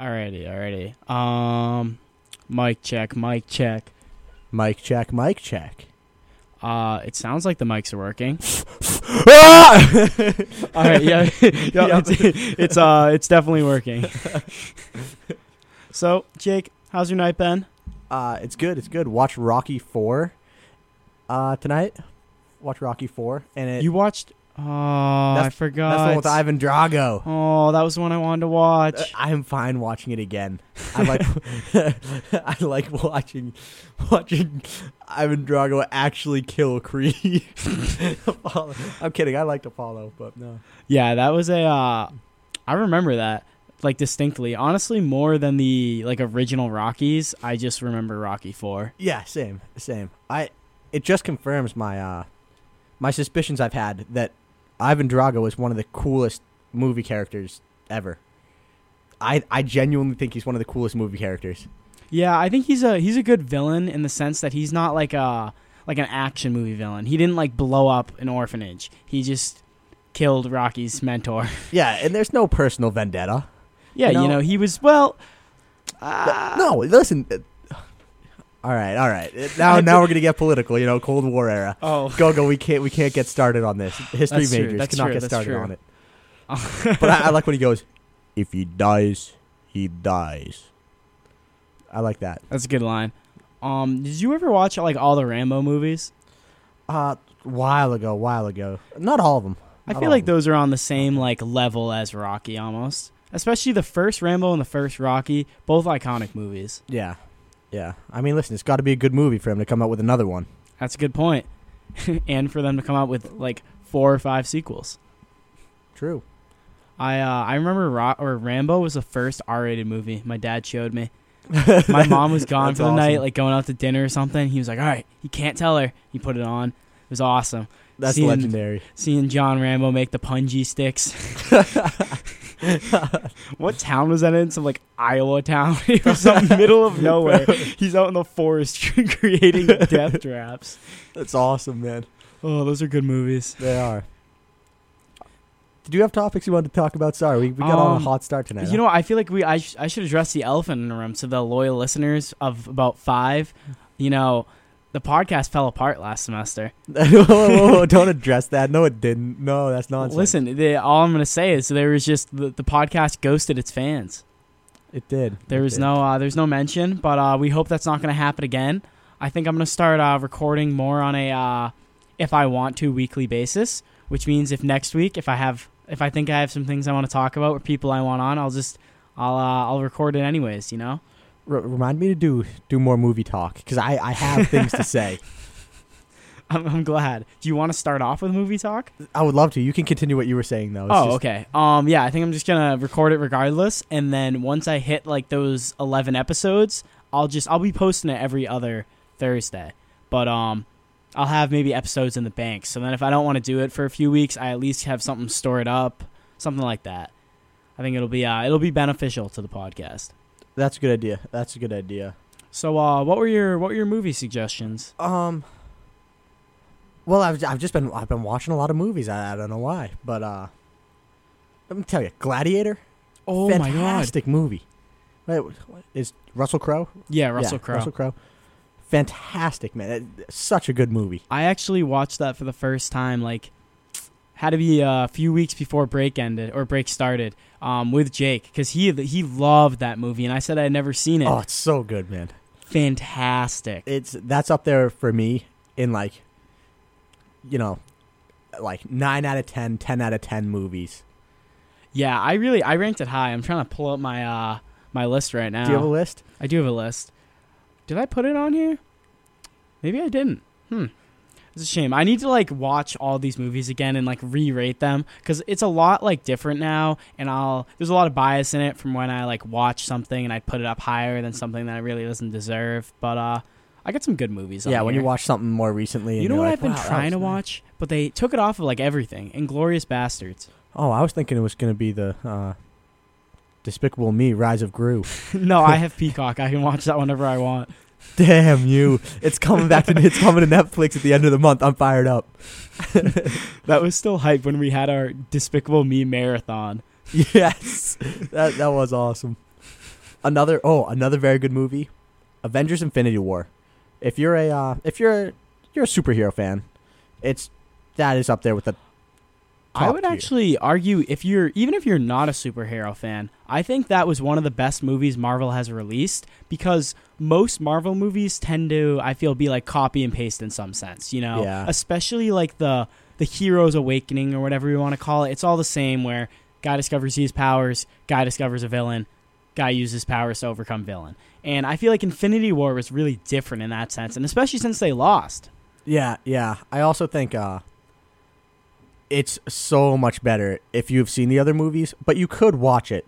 Alrighty, alrighty. Um, mic check, mic check. Mic check, mic check. Uh, it sounds like the mics are working. Ah! All right, yeah, yeah, it's, it's uh, it's definitely working. so, Jake, how's your night been? uh, it's good. It's good. Watch Rocky Four uh, tonight. Watch Rocky Four, and it You watched? Oh, I That's- forgot. that's the one with Ivan Drago. oh, that was the one I wanted to watch. Uh, I'm fine watching it again. I like I like watching watching Ivan Drago actually kill Creed. Apollo- I'm kidding. I like to follow, but no. yeah, that was a. Uh, I remember that like distinctly. Honestly, more than the like original Rockies, I just remember Rocky Four. Yeah, same, same. I it just confirms my uh my suspicions I've had that Ivan Drago is one of the coolest movie characters ever. I I genuinely think he's one of the coolest movie characters. Yeah, I think he's a he's a good villain in the sense that he's not like a like an action movie villain. He didn't like blow up an orphanage. He just killed Rocky's mentor. Yeah, and there's no personal vendetta. yeah, You you know- know, he was well. Uh, no, listen. uh, All right, all right. Uh, Now now we're going to get political, you know, Cold War era. Oh, Go go, we can't we can't get started on this. History That's true, majors that's cannot true, get that's started true. on it. but I, I like when he goes, if he dies, he dies. I like that. that's a good line. Um, did you ever watch like all the Rambo movies? Uh, while ago, while ago. Not all of them. I Not feel all like of them. those are on the same like level as Rocky almost. Especially the first Rambo and the first Rocky, both iconic movies. Yeah, yeah. I mean, listen, it's got to be a good movie for him to come out with another one. That's a good point. and for them to come out with like four or five sequels. True. I uh, I remember Ro- or Rambo was the first R-rated movie my dad showed me. My mom was gone That's for the night, awesome. like going out to dinner or something. He was like, "All right, you can't tell her." He put it on. It was awesome That's Seeing- legendary. seeing John Rambo make the punji sticks. what town was that in? Some like Iowa town. it was the middle of nowhere. He's out in the forest creating death traps. That's awesome, man. Oh, those are good movies. They are. Did you have topics you wanted to talk about? Sorry, we, we got on a Um, hot start tonight. You know, what? I feel like we I, sh- I should address the elephant in the room to the loyal listeners of about five. You know, the podcast fell apart last semester. Whoa, whoa, whoa, don't address that. No, it didn't. No, that's nonsense. Listen, the, all I'm going to say is there was just the, the podcast ghosted its fans. it did. There It was did. no uh, there's no mention, but uh, we hope that's not going to happen again. I think I'm going to start uh, recording more on a uh, if I want to weekly basis, which means if next week if I have if I think I have some things I want to talk about or people I want on, I'll just I'll uh, I'll record it anyways. You know. R- remind me to do do more movie talk because I I have things to say. I'm, I'm glad. Do you want to start off with movie talk? I would love to. You can continue what you were saying though. It's oh, just- okay. Um, yeah, I think I'm just gonna record it regardless, and then once I hit like those 11 episodes, I'll just I'll be posting it every other Thursday. But um, I'll have maybe episodes in the bank. So then if I don't want to do it for a few weeks, I at least have something stored up, something like that. I think it'll be uh, it'll be beneficial to the podcast. That's a good idea. That's a good idea. So uh, what were your what were your movie suggestions? Um. Well, I've I've just been I've been watching a lot of movies. I, I don't know why, but uh, let me tell you, Gladiator, Oh fantastic movie. Wait, what- is Russell Crowe? Yeah, Russell Yeah, Crowe. Russell Crowe, fantastic man. It- Such a good movie. I actually watched that for the first time, like, had to be uh, a few weeks before break ended or break started um, with Jake because he he loved that movie, and I said I had never seen it. Oh, it's so good, man. Fantastic! It's that's up there for me in like, you know, like nine out of 10, 10 out of ten movies. yeah, I really I ranked it high. I'm trying to pull up my uh, my list right now. Do you have a list? I do have a list. Did I put it on here? Maybe I didn't. Hmm. It's a shame. I need to like watch all these movies again and like re-rate them because it's a lot like different now, and I'll there's a lot of bias in it from when I like watch something and I put it up higher than something that I really doesn't deserve. But uh, I got some good movies. on Yeah, when you here. watch something more recently, and you know you're what like, I've been "Wow, that trying was to nice." watch, but they took it off of like everything. Inglorious Bastards. Oh, I was thinking it was going to be the uh, Despicable Me: Rise of Gru. no, I have Peacock. I can watch that whenever I want. Damn you! It's coming back to it's coming to Netflix at the end of the month. I'm fired up. That was still hype when we had our Despicable Me marathon. Yes, that that was awesome. another oh another very good movie, Avengers: Infinity War. If you're a uh, if you're a, you're a superhero fan, it's that is up there with the. I top would tier. actually argue if you're even if you're not a superhero fan, I think that was one of the best movies Marvel has released because most Marvel movies tend to I feel be like copy and paste in some sense, you know. Yeah. Especially like the the hero's awakening or whatever you want to call it. It's all the same where guy discovers his powers, guy discovers a villain, guy uses powers to overcome villain. And I feel like Infinity War was really different in that sense, and especially since they lost. Yeah, yeah. I also think uh it's so much better if you've seen the other movies, but you could watch it.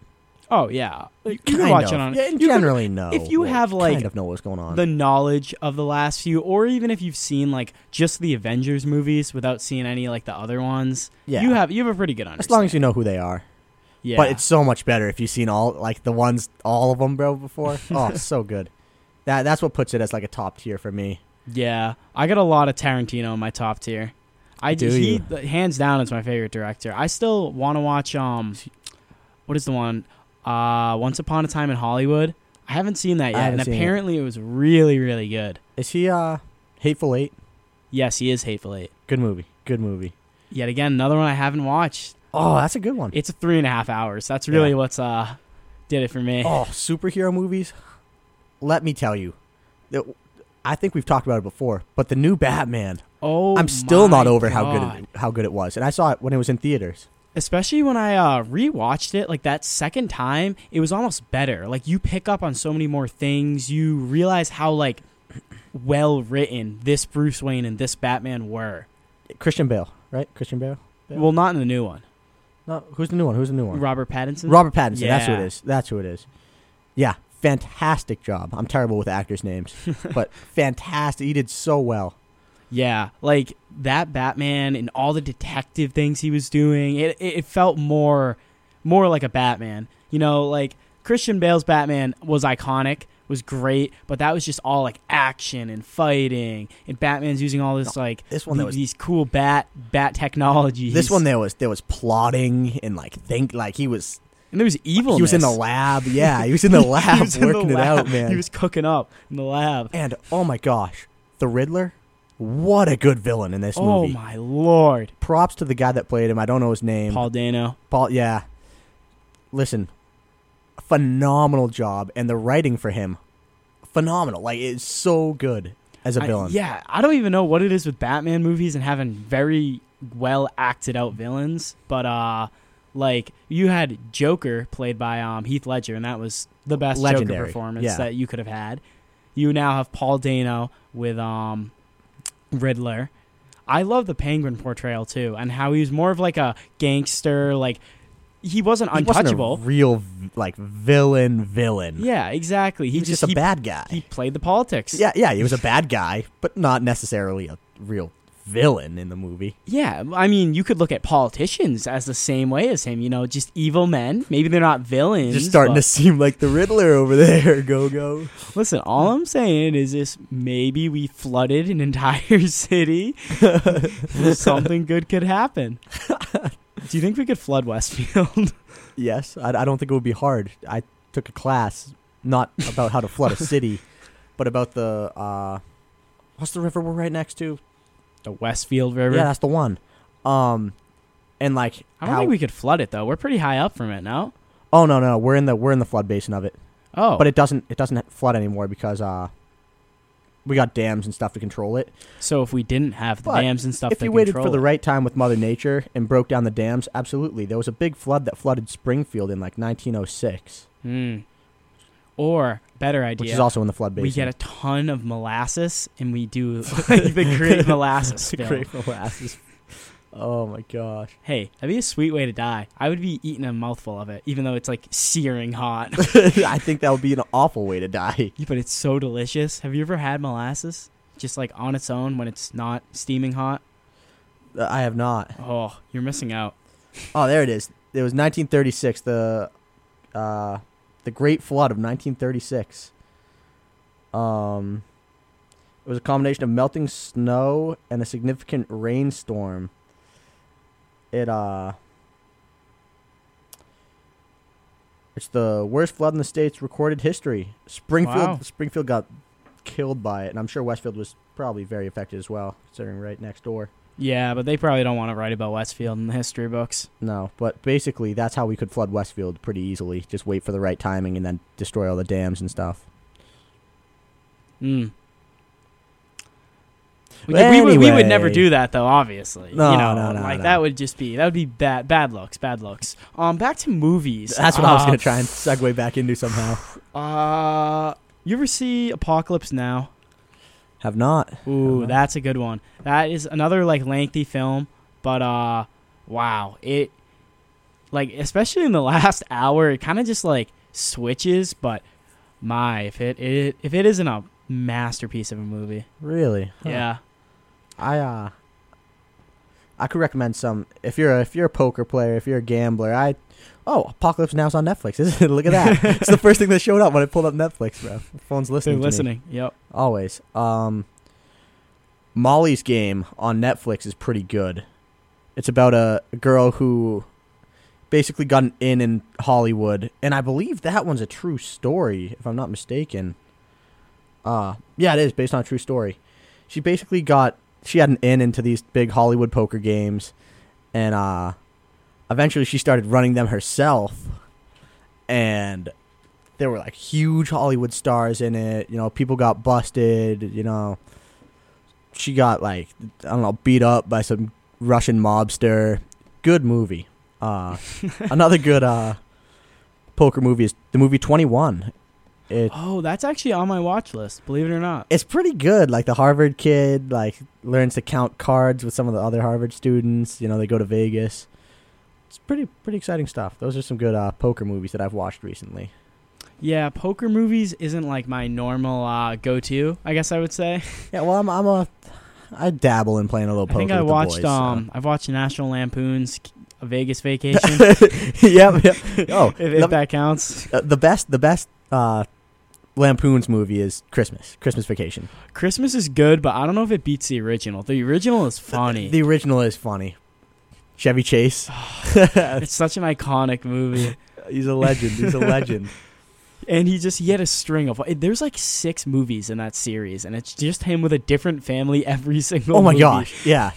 Oh yeah. You can Kind watch of. it on Yeah, and you could- generally no. if you have, like, kind of know what's going on. the knowledge of the last few, or even if you've seen like just the Avengers movies without seeing any like the other ones, yeah. you have you have a pretty good as understanding. long as you know who they are. yeah, But it's so much better if you've seen all like the ones all of them bro before. Oh, it's so good. That that's what puts it as like a top tier for me. yeah, I got a lot of Tarantino in my top tier. I Do he you? th- hands down is my favorite director. I still want to watch um, what is the one? Uh, Once Upon a Time in Hollywood. I haven't seen that I yet, haven't and seen it. apparently it. was really really good. Is he uh Hateful Eight? Yes, he is Hateful Eight. Good movie. Good movie. Yet again, another one I haven't watched. Oh, that's a good one. It's three and a half hours. That's really Yeah. what's uh did it for me. Oh, superhero movies. Let me tell you, that- I think we've talked about it before, but the new Batman. Oh, I'm still my not over how God. good it, how good it was, and I saw it when it was in theaters. Especially when I uh, rewatched it, like that second time, it was almost better. Like you pick up on so many more things. You realize how like well written this Bruce Wayne and this Batman were. Christian Bale, right? Christian Bale. Yeah. Well, not in the new one. No, who's the new one? Who's the new one? Robert Pattinson. Robert Pattinson. That's who it Yeah. is. That's who it is. Yeah, fantastic job. I'm terrible with actors' names, but fantastic. He did so well. yeah, like that Batman and all the detective things he was doing. It it, it felt more more like a Batman. You know, like Christian Bale's Batman was iconic, was great, but that was just all like action and fighting, and Batman's using all this like This one that the- was these cool bat bat technologies. this one there was there was plotting and like think like he was and there was evil. he was in the lab. Yeah, he was in the lab working it out, man. He was cooking up in the lab. And oh my gosh, the Riddler, what a good villain in this oh movie. my lord, Props to the guy that played him. I don't know his name. Paul Dano. Paul- yeah. Listen, phenomenal job, and the writing for him, phenomenal. Like it's so good as a I- villain. yeah, I don't even know what it is with Batman movies and having very well acted out villains, but uh, like you had Joker played by um Heath Ledger, and that was the best Joker Legendary, performance yeah. that you could have had. You now have Paul Dano with um Riddler. I love the Penguin portrayal too, and how he was more of like a gangster, like he wasn't He wasn't a untouchable. real v- like villain, villain. yeah, exactly. He, he was just, just, a he, bad guy. he played the politics. yeah, yeah, he was a bad guy, but not necessarily a real villain in the movie. Yeah, I mean, you could look at politicians as the same way as him. You know, just evil men. Maybe they're not villains. Just starting but- to seem like the Riddler over there. Go go. listen. All I'm saying is this: maybe we flooded an entire city. Something good could happen. Do you think we could flood Westfield? Yes, I, I don't think it would be hard. I took a class not about how to flood a city, but about the uh, what's the river we're right next to? the Westfield River. Yeah, that's the one. Um, and like I don't how? think we could flood it though. We're pretty high up from it now. oh no, no, we're in the we're in the flood basin of it, Oh, but it doesn't it doesn't flood anymore because uh, we got dams and stuff to control it. so if we didn't have the But dams and stuff, if to you waited control for the it- right time with Mother Nature and broke down the dams, absolutely. There was a big flood that flooded Springfield in like 1906, Hmm. or better idea, which is also in the flood basin. we get a ton of molasses and we do like, the great molasses The film. great molasses. oh my gosh. Hey, that'd be a sweet way to die. I would be eating a mouthful of it, even though it's like searing hot. I think that would be an awful way to die. but it's so delicious. Have you ever had molasses just like on its own when it's not steaming hot? Uh, I have not. Oh, you're missing out. Oh, there it is. It was 1936, the uh, the Great Flood of 1936. Um, it was a combination of melting snow and a significant rainstorm. It uh, It's the worst flood in the state's recorded history. Springfield Wow. Springfield got killed by it, and I'm sure Westfield was probably very affected as well, considering right next door. Yeah, but they probably don't want to write about Westfield in the history books. No, but basically that's how we could flood Westfield pretty easily. Just wait for the right timing and then destroy all the dams and stuff. Mm. We, But we would, we would never anyway. do that though. Obviously, No, you know, no, no, like no. that would just be that would be bad bad looks, bad looks. Um, back to movies. That's what I was Uh, gonna try and segue back into somehow. Uh, you ever see Apocalypse Now? Have not. Ooh, Uh-huh. that's a good one. That is another like lengthy film, but uh wow, it like especially in the last hour, it kind of just like switches, but my if it, it if it isn't a masterpiece of a movie. Really? Huh. Yeah. I uh I could recommend some if you're a, if you're a poker player, if you're a gambler. I oh, Apocalypse Now's on Netflix. Isn't it? Look at that. it's the first thing that showed up when I pulled up Netflix, bro. My phone's They're listening. to me. listening. Yep. always. Um Molly's game on Netflix is pretty good. It's about a a girl who basically got an in in Hollywood, and I believe that one's a true story, if I'm not mistaken. Uh yeah, it is based on a true story. She basically got she had an in into these big Hollywood poker games, and uh, eventually she started running them herself, and there were like huge Hollywood stars in it. You know, people got busted. You know, she got like I don't know beat up by some Russian mobster. Good movie. Uh, another good uh, poker movie is the movie Twenty One. It Oh, that's actually on my watch list, believe it or not. it's pretty good. Like the Harvard kid, like learns to count cards with some of the other Harvard students. You know, they go to Vegas. It's pretty pretty exciting stuff. Those are some good uh, poker movies that I've watched recently. Yeah, poker movies isn't like my normal uh go-to, I guess I would say. Yeah, well, I'm I'm a I dabble in playing a little I poker. think I with the watched boys, um I've watched National Lampoon's Vegas Vacation. so. yep, yep. Oh, if, let if me- that counts. uh, the best the best uh, Lampoon's movie is Christmas Christmas Vacation. Christmas is good, but I don't know if it beats the original. The original is funny. The original is funny. Chevy Chase. it's such an iconic movie, He's a legend. He's a legend. and he just he had a string of. eh, There's like six movies in that series, and it's just him with a different family every single. oh my movie. gosh, yeah.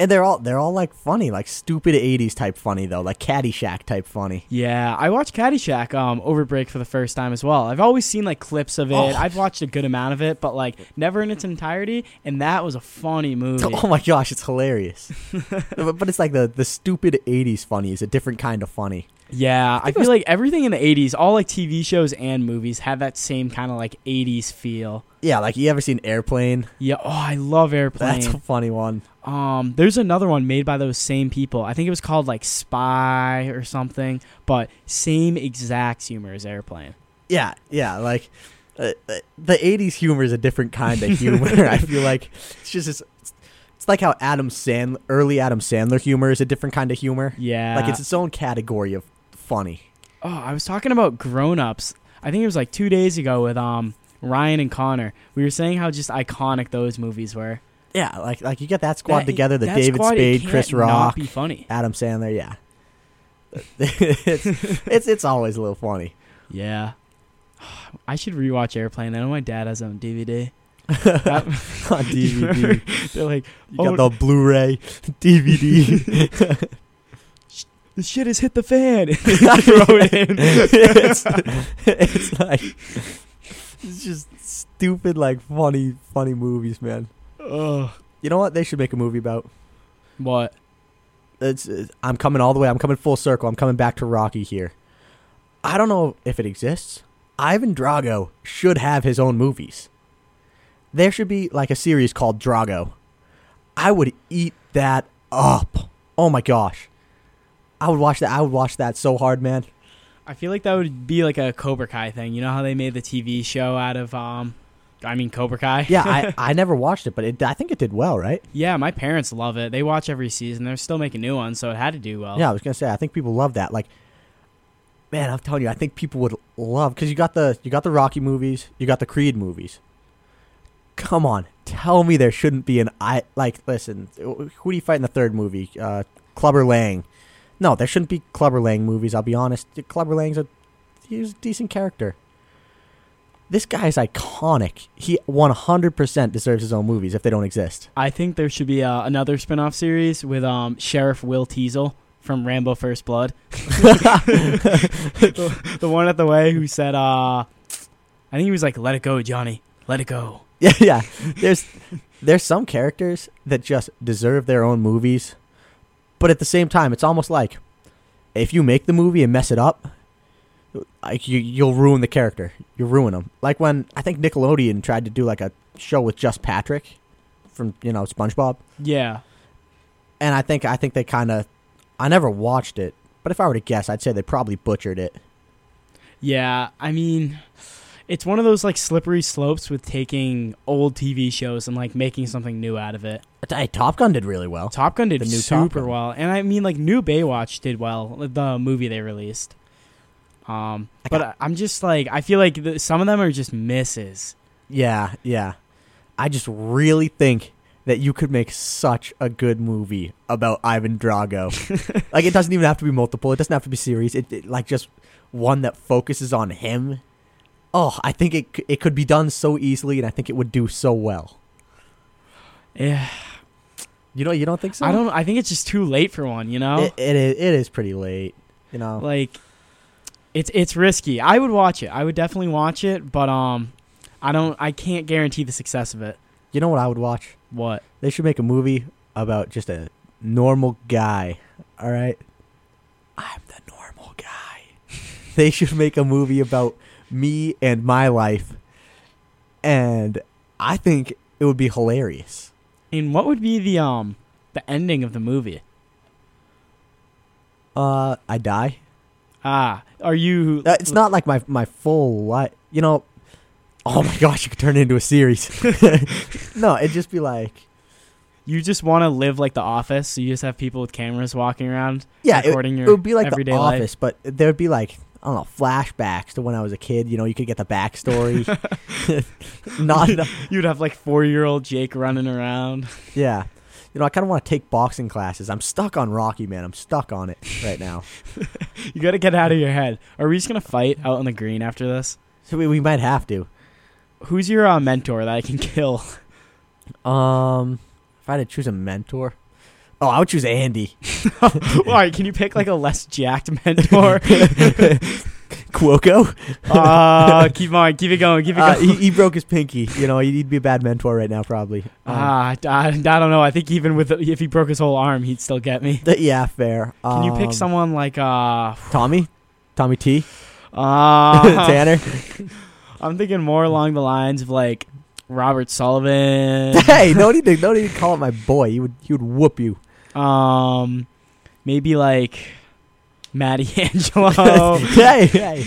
And they're all they're all like funny, like stupid '80s type funny though, like Caddyshack type funny. Yeah, I watched Caddyshack um over break for the first time as well. I've always seen like clips of it. Oh. I've watched a good amount of it, but like never in its entirety. And that was a funny movie. Oh my gosh, it's hilarious. but, but it's like the the stupid '80s funny is a different kind of funny. Yeah, I, it feel was- like everything in the '80s, all like TV shows and movies, have that same kind of like '80s feel. Yeah, like you ever seen Airplane? Yeah. Oh, I love Airplane. That's a funny one. Um, there's another one made by those same people. I think it was called like Spy or something, but same exact humor as Airplane. Yeah, yeah, like uh, uh, the '80s humor is a different kind of humor. I feel like it's just it's, it's like how Adam Sandler, early Adam Sandler humor is a different kind of humor. Yeah. Like it's its own category of funny. oh, I was talking about Grown Ups. I think it was like two days ago with um Ryan and Connor. We were saying how just iconic those movies were. Yeah, like like you get that squad That- together, the that David squad, it Spade, can't Chris not Rock, be funny. Adam Sandler, yeah. it's, it's it's always a little funny. Yeah. I should rewatch Airplane. I know my dad has it on DVD. On That- You remember? DVD, They're like, you oh, got the Blu-ray, DVD. the shit has hit the fan. I throw it in. it's, it's like it's just stupid, like funny, funny movies, man. Ugh. You know what? They should make a movie about. What? It's, it's- I'm coming all the way. I'm coming full circle. I'm coming back to Rocky here. I don't know if it exists. Ivan Drago should have his own movies. There should be like a series called Drago. I would eat that up. Oh my gosh. I would watch that. I would watch that so hard, man. I feel like that would be like a Cobra Kai thing. You know how they made the TV show out of, um, I mean Cobra Kai. Yeah, I, I never watched it, but it, I think it did well, right? yeah. My parents love it. They watch every season. They're still making new ones, so it had to do well. Yeah, I was gonna say I think people love that. Like, man, I'm telling you, I think people would love because you got the you got the Rocky movies, you got the Creed movies. Come on, tell me there shouldn't be an I like. Listen, who do you fight in the third movie? Uh, Clubber Lang. No, there shouldn't be Clubber Lang movies. I'll be honest, Clubber Lang's a he was a decent character. This guy is iconic. He 100% deserves his own movies if they don't exist. I think there should be uh, another spin-off series with um, Sheriff Will Teasel from Rambo First Blood. the one at the way who said, uh, I think he was like, let it go, Johnny. Let it go. Yeah, yeah. There's there's some characters that just deserve their own movies, but at the same time, it's almost like if you make the movie and mess it up, like you you'll ruin the character. You ruin them. Like when I think Nickelodeon tried to do like a show with just Patrick from you know SpongeBob, Yeah. and I think I think they kind of I never watched it, but if I were to guess, I'd say they probably butchered it. Yeah. I mean, it's one of those like slippery slopes with taking old TV shows and like making something new out of it. Hey, Top Gun did really well. Top Gun did The new Top super Gun. well, and I mean, like new Baywatch did well. The movie they released, um, I but got- I- I'm just like I feel like the, some of them are just misses. Yeah, yeah. I just really think that you could make such a good movie about Ivan Drago. like it doesn't even have to be multiple. It doesn't have to be series. It, it like just one that focuses on him. Oh, I think it c- it could be done so easily, and I think it would do so well. Yeah, You know, you don't think so? Eh, I don't. I think it's just too late for one. You know, It, it is. It is pretty late. You know. like it's it's risky. I would watch it. I would definitely watch it, but um, I don't. I can't guarantee the success of it. you know what I would watch? What? They should make a movie about just a normal guy. All right. I'm the normal guy. they should make a movie about me and my life. And I think it would be hilarious. And what would be the um the ending of the movie? Uh, I die. Ah, are you? Uh, it's not like my my full life. You know, oh my gosh, you could turn it into a series. no, it'd just be like, You just want to live like The Office, so you just have people with cameras walking around, yeah, it, recording your it would be like everyday the life. office but there'd be like i don't know flashbacks to when i was a kid you know you could get the backstory not enough You'd have like four year old Jake running around. yeah you know i kind of want to take boxing classes i'm stuck on rocky man i'm stuck on it right now You gotta get out of your head. Are we just gonna fight out on the green after this? so we, we might have to Who's your uh, mentor that I can kill? um if i had to choose a mentor oh i would choose andy Why? Can you pick like a less jacked mentor? Cuoco, uh, keep on, keep it going, keep it uh, going. he, he broke his pinky. You know, he'd be a bad mentor right now, probably. Um, Ah, I, I don't know. I think even with if he broke his whole arm, he'd still get me. th- yeah, fair. Can you pick Um, someone like uh, Tommy, Tommy T, uh Tanner. I'm thinking more along the lines of like Robert Sullivan. hey, no need to no need to call it my boy. He would he would whoop you. Um, maybe like Maddie Angelo. hey, hey.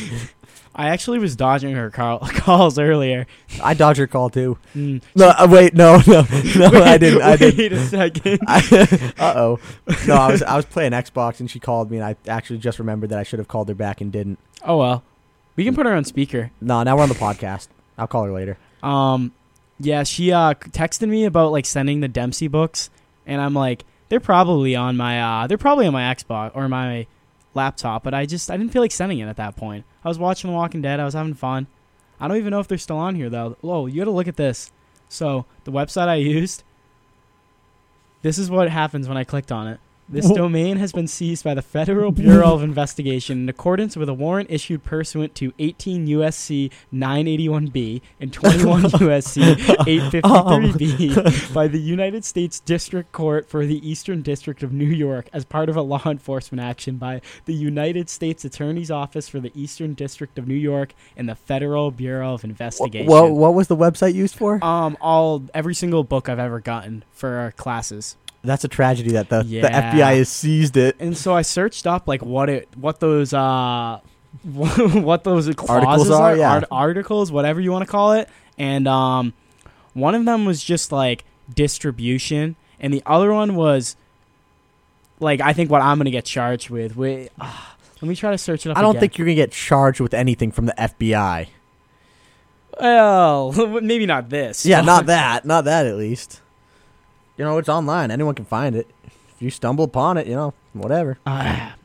I actually was dodging her call- calls earlier. I dodged your call too. Mm. No, uh, wait, no, no, no. I didn't. I didn't. Wait a second. Uh oh. No, I was I was playing Xbox and she called me and I actually just remembered that I should have called her back and didn't. Oh well, we can put her on speaker. No, now we're on the podcast. I'll call her later. Um, yeah, she uh c- texted me about like sending the Dempsey books, and I'm like, they're probably on my uh, they're probably on my Xbox or my laptop, but I just I didn't feel like sending it at that point. I was watching The Walking Dead. I was having fun. I don't even know if they're still on here though. Whoa, you gotta look at this. So the website I used. This is what happens when I clicked on it. This Wha- domain has been seized by the Federal Bureau of Investigation in accordance with a warrant issued pursuant to 18 USC 981B and 21 USC 853B by the United States District Court for the Eastern District of New York as part of a law enforcement action by the United States Attorney's Office for the Eastern District of New York and the Federal Bureau of Investigation. Well, what was the website used for? Um, all every single book I've ever gotten for our classes. That's a tragedy that the, the Yeah. FBI has seized it. and so I searched up like what it what those uh what, those clauses Articles are, yeah. art- articles whatever you want to call it and um one of them was just like distribution and the other one was like I think what I'm gonna get charged with wait ah, let me try to search it up I don't again. think you're gonna get charged with anything from the FBI. well maybe not this Yeah, not that. Not that at least. You know, it's online. Anyone can find it. If you stumble upon it, you know, whatever. Ah.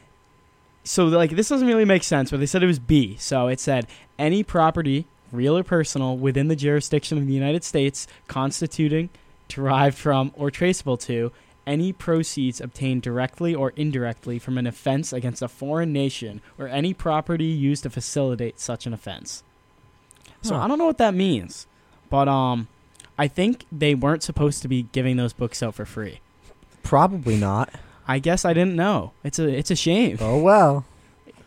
so like this doesn't really make sense, but they said it was B. So it said any property, real or personal, within the jurisdiction of the United States, constituting, derived from, or traceable to any proceeds obtained directly or indirectly from an offense against a foreign nation or any property used to facilitate such an offense. So Huh. I don't know what that means, but um I think they weren't supposed to be giving those books out for free. Probably not. I guess I didn't know. It's a it's a shame Oh well.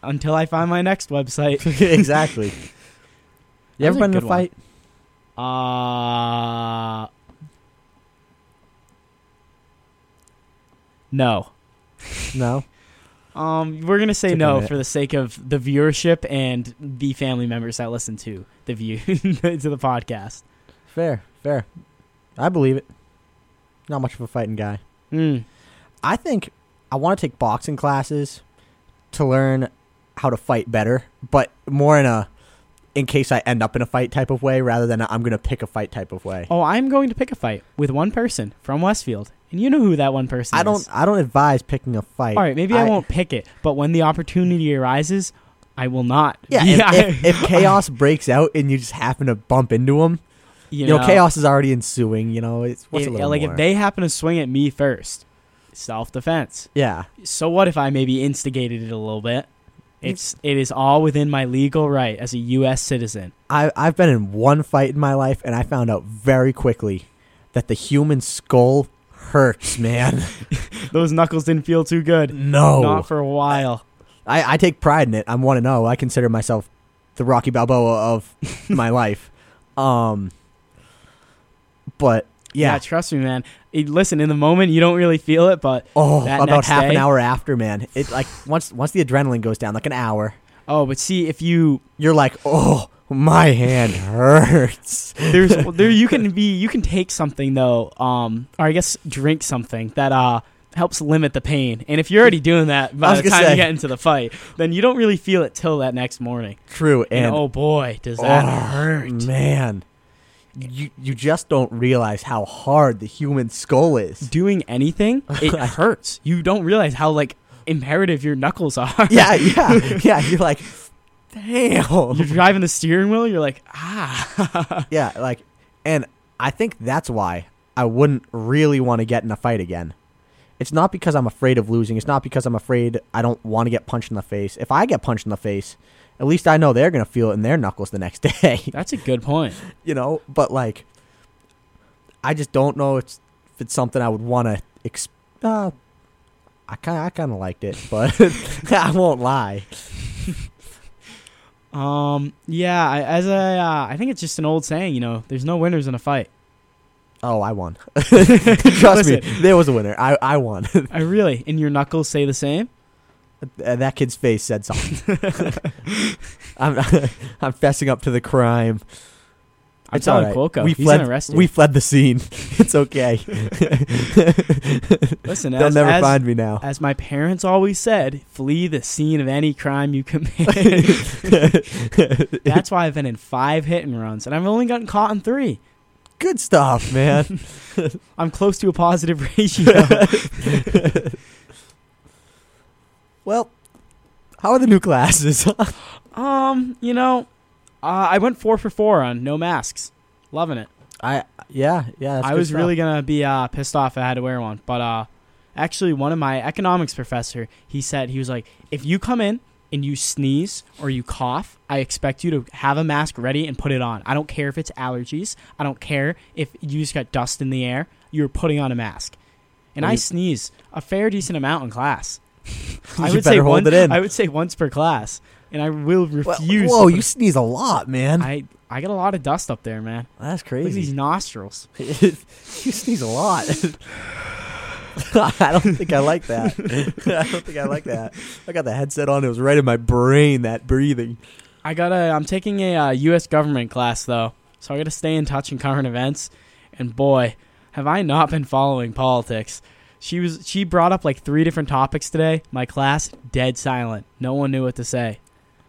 until I find my next website. exactly. You That was ever a been in a good one. fight? Uh No. No. Um we're going to say Took a no minute. for the sake of the viewership and the family members that listen to the view to the podcast. Fair, fair. I believe it. Not much of a fighting guy. Hmm. Mm. I think I want to take boxing classes to learn how to fight better, but more in a in case I end up in a fight type of way rather than i I'm going to pick a fight type of way. Oh, I'm going to pick a fight with one person from Westfield. And you know who that one person I is. don't I don't advise picking a fight. All right, maybe I, won't pick it, but when the opportunity arises, I will not. Yeah, I- If, if, if chaos breaks out and you just happen to bump into them, you, know, chaos is already ensuing. You know, it's what's if- a little like more. if they happen to swing at me first, self defense. yeah, So what if I maybe instigated it a little bit? You- It's it is all within my legal right as a U.S. citizen. I, I've been in one fight in my life, and I found out very quickly that the human skull hurts, man. Those knuckles didn't feel too good. no, Uh, Not for a while. I, I take pride in it. I'm one and zero. I consider myself the Rocky Balboa of my life. Um, but yeah, trust me, man. It- listen, in the moment you don't really feel it, but oh, that about next half an day- hour after, man. It like once once the adrenaline goes down, like an hour, oh, but see if you you're like, oh, my hand hurts. there's there you can be you can take something though um or i guess drink something that uh helps limit the pain and if you're already doing that I by was the gonna time say. you get into the fight then you don't really feel it till that next morning True, and, and oh boy does that Oh, hurt Man, you you just don't realize how hard the human skull is. doing anything it hurts you don't realize how like imperative your knuckles are yeah, yeah, yeah. You're like, damn. you're driving the steering wheel you're like ah yeah, like, and I think that's why I wouldn't really want to get in a fight again. It's not because I'm afraid of losing. It's not because I'm afraid I don't want to get punched in the face. If I get punched in the face, at least I know they're gonna feel it in their knuckles the next day. that's a good point you know but like i just don't know it's, if it's something i would want to exp- uh, i kind of i kind of liked it but i won't lie um yeah I, as i uh, i think it's just an old saying you know there's no winners in a fight oh i won trust me Listen. there was a winner i, I won i really and your knuckles say the same and that kid's face said something i'm i'm fessing up to the crime I'm It's telling all right. Cuoco. we he's fled been arrested. we fled the scene it's okay Listen, they'll as, never as, find me now as my parents always said, flee the scene of any crime you commit. That's why I've been in five hit and runs, and I've only gotten caught in three. good stuff man I'm close to a positive ratio. well how are the new classes um, you know, uh, I went four for four on no masks. Loving it. I yeah yeah. that's I good was stuff. really gonna be uh, pissed off if I had to wear one, but uh, actually, one of my economics professor he said he was like, if you come in and you sneeze or you cough, I expect you to have a mask ready and put it on. I don't care if it's allergies. I don't care if you just got dust in the air. You're putting on a mask. And Well, I you- sneeze a fair decent amount in class. I You would better say hold one, it in. I would say once per class, and I will Well, refuse. whoa, to you sneeze a lot, man. put- I I got a lot of dust up there, man. that's Look at these crazy. nostrils. you sneeze a lot. I don't think I like that. I don't think I like that. I got the headset on; it was right in my brain. That breathing. I gotta. I'm taking a uh, U.S. government class though, so I gotta stay in touch in current events. And boy, have I not been following politics. She was. She brought up like three different topics today. My class dead silent. No one knew what to say.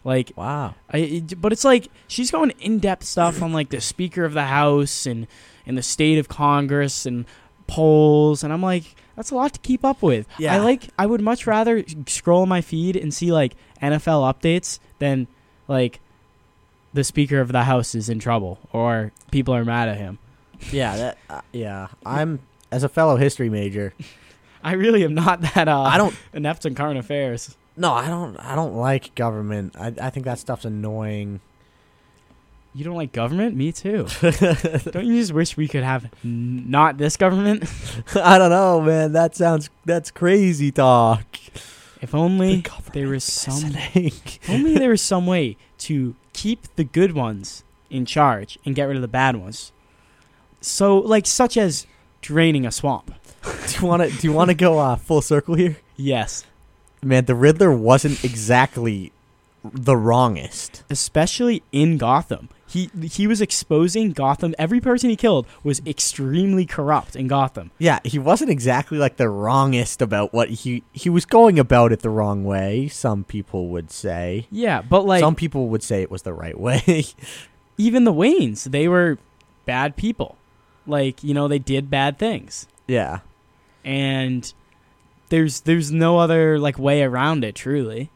Like, Wow. I. it- But it's like she's going in depth stuff on like the Speaker of the House and and the state of Congress and polls, and I'm like, that's a lot to keep up with. Yeah. I like. I would much rather scroll my feed and see like NFL updates than like the Speaker of the House is in trouble or people are mad at him. Yeah, that, uh, yeah. I'm as a fellow history major. I really am not that. Uh, I don't. inept in current affairs. No, I don't. I don't like government. I I think that stuff's annoying. You don't like government? Me too. don't you just wish we could have n- not this government? I don't know, man. That sounds that's crazy talk. If only government there was some, listening. if only there was some way to keep the good ones in charge and get rid of the bad ones. So, like, such as draining a swamp. do you want to do you want to go uh, full circle here? Yes, Man, the Riddler wasn't exactly the wrongest. especially in Gotham. He he was exposing Gotham. Every person he killed was extremely corrupt in Gotham. Yeah, he wasn't exactly like the wrongest about what he he was going about it the wrong way. Some people would say. Yeah, but like some people would say it was the right way. even the Waynes, they were bad people. Like, you know, they did bad things. yeah. And there's there's no other like way around it truly.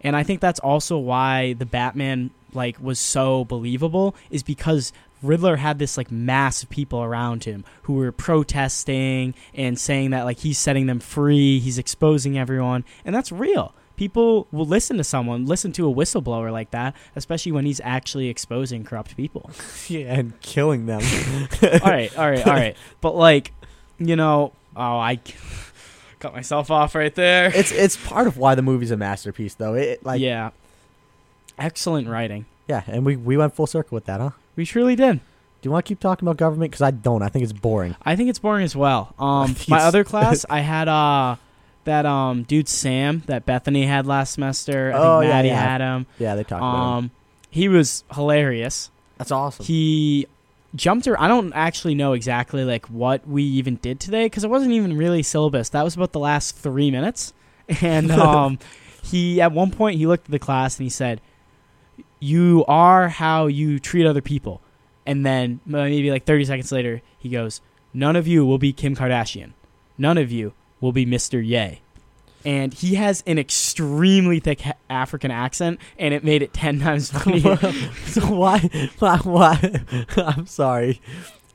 And I think that's also why the Batman like was so believable is because Riddler had this like mass of people around him who were protesting and saying that like he's setting them free, he's exposing everyone, and that's real. People will listen to someone, listen to a whistleblower like that, especially when he's actually exposing corrupt people. yeah, and killing them. all right, all right, all right. But like, you know, oh, I cut myself off right there. It's it's part of why the movie's a masterpiece, though. It like yeah, yeah, excellent writing. and we we went full circle with that, huh? We truly did. Do you want to keep talking about government? Because I don't. I think it's boring. I think it's boring as well. Um, my Yes. other class, I had uh that um dude Sam that Bethany had last semester. I Oh, think yeah, Maddie yeah. had him. Yeah, they talked about it. Um, he was hilarious. That's awesome. he jumped her i don't actually know exactly like what we even did today because it wasn't even really syllabus that was about the last three minutes and um he at one point he looked at the class and he said you are how you treat other people and then maybe like 30 seconds later he goes none of you will be kim kardashian none of you will be mr Ye." and he has an extremely thick ha- african accent and it made it 10 times funnier so why why, why I'm sorry.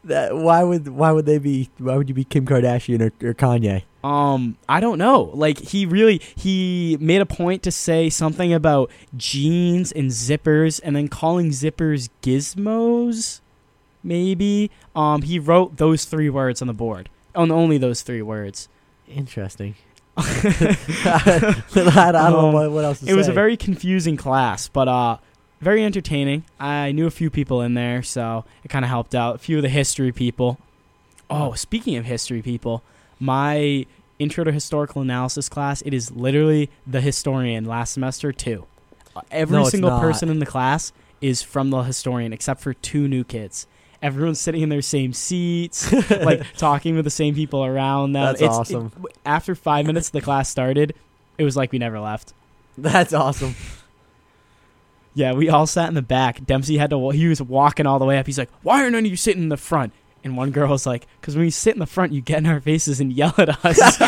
That, why would why would they be why would you be Kim Kardashian or, or Kanye? Um, I don't know. Like he really he made a point to say something about jeans and zippers and then calling zippers gizmos maybe. Um he wrote those three words on the board. On only those three words. Interesting. I, I don't know Um, what, what else to It was a say. very confusing class, but uh very entertaining. I knew a few people in there, so it kind of helped out. A few of the history people. Oh, speaking of history people, my intro to historical analysis class, it is literally the historian last semester too. Uh, Every No, it's single not. person in the class is from the historian except for two new kids. Everyone's sitting in their same seats, like talking with the same people around them. That's It's- it- awesome. after 5 minutes the class started, it was like we never left. That's awesome. Yeah, we all sat in the back. Dempsey had to. wa- He was walking all the way up. He's like, "Why are none of you sitting in the front?" And one girl was like, "Because when you sit in the front, you get in our faces and yell at us."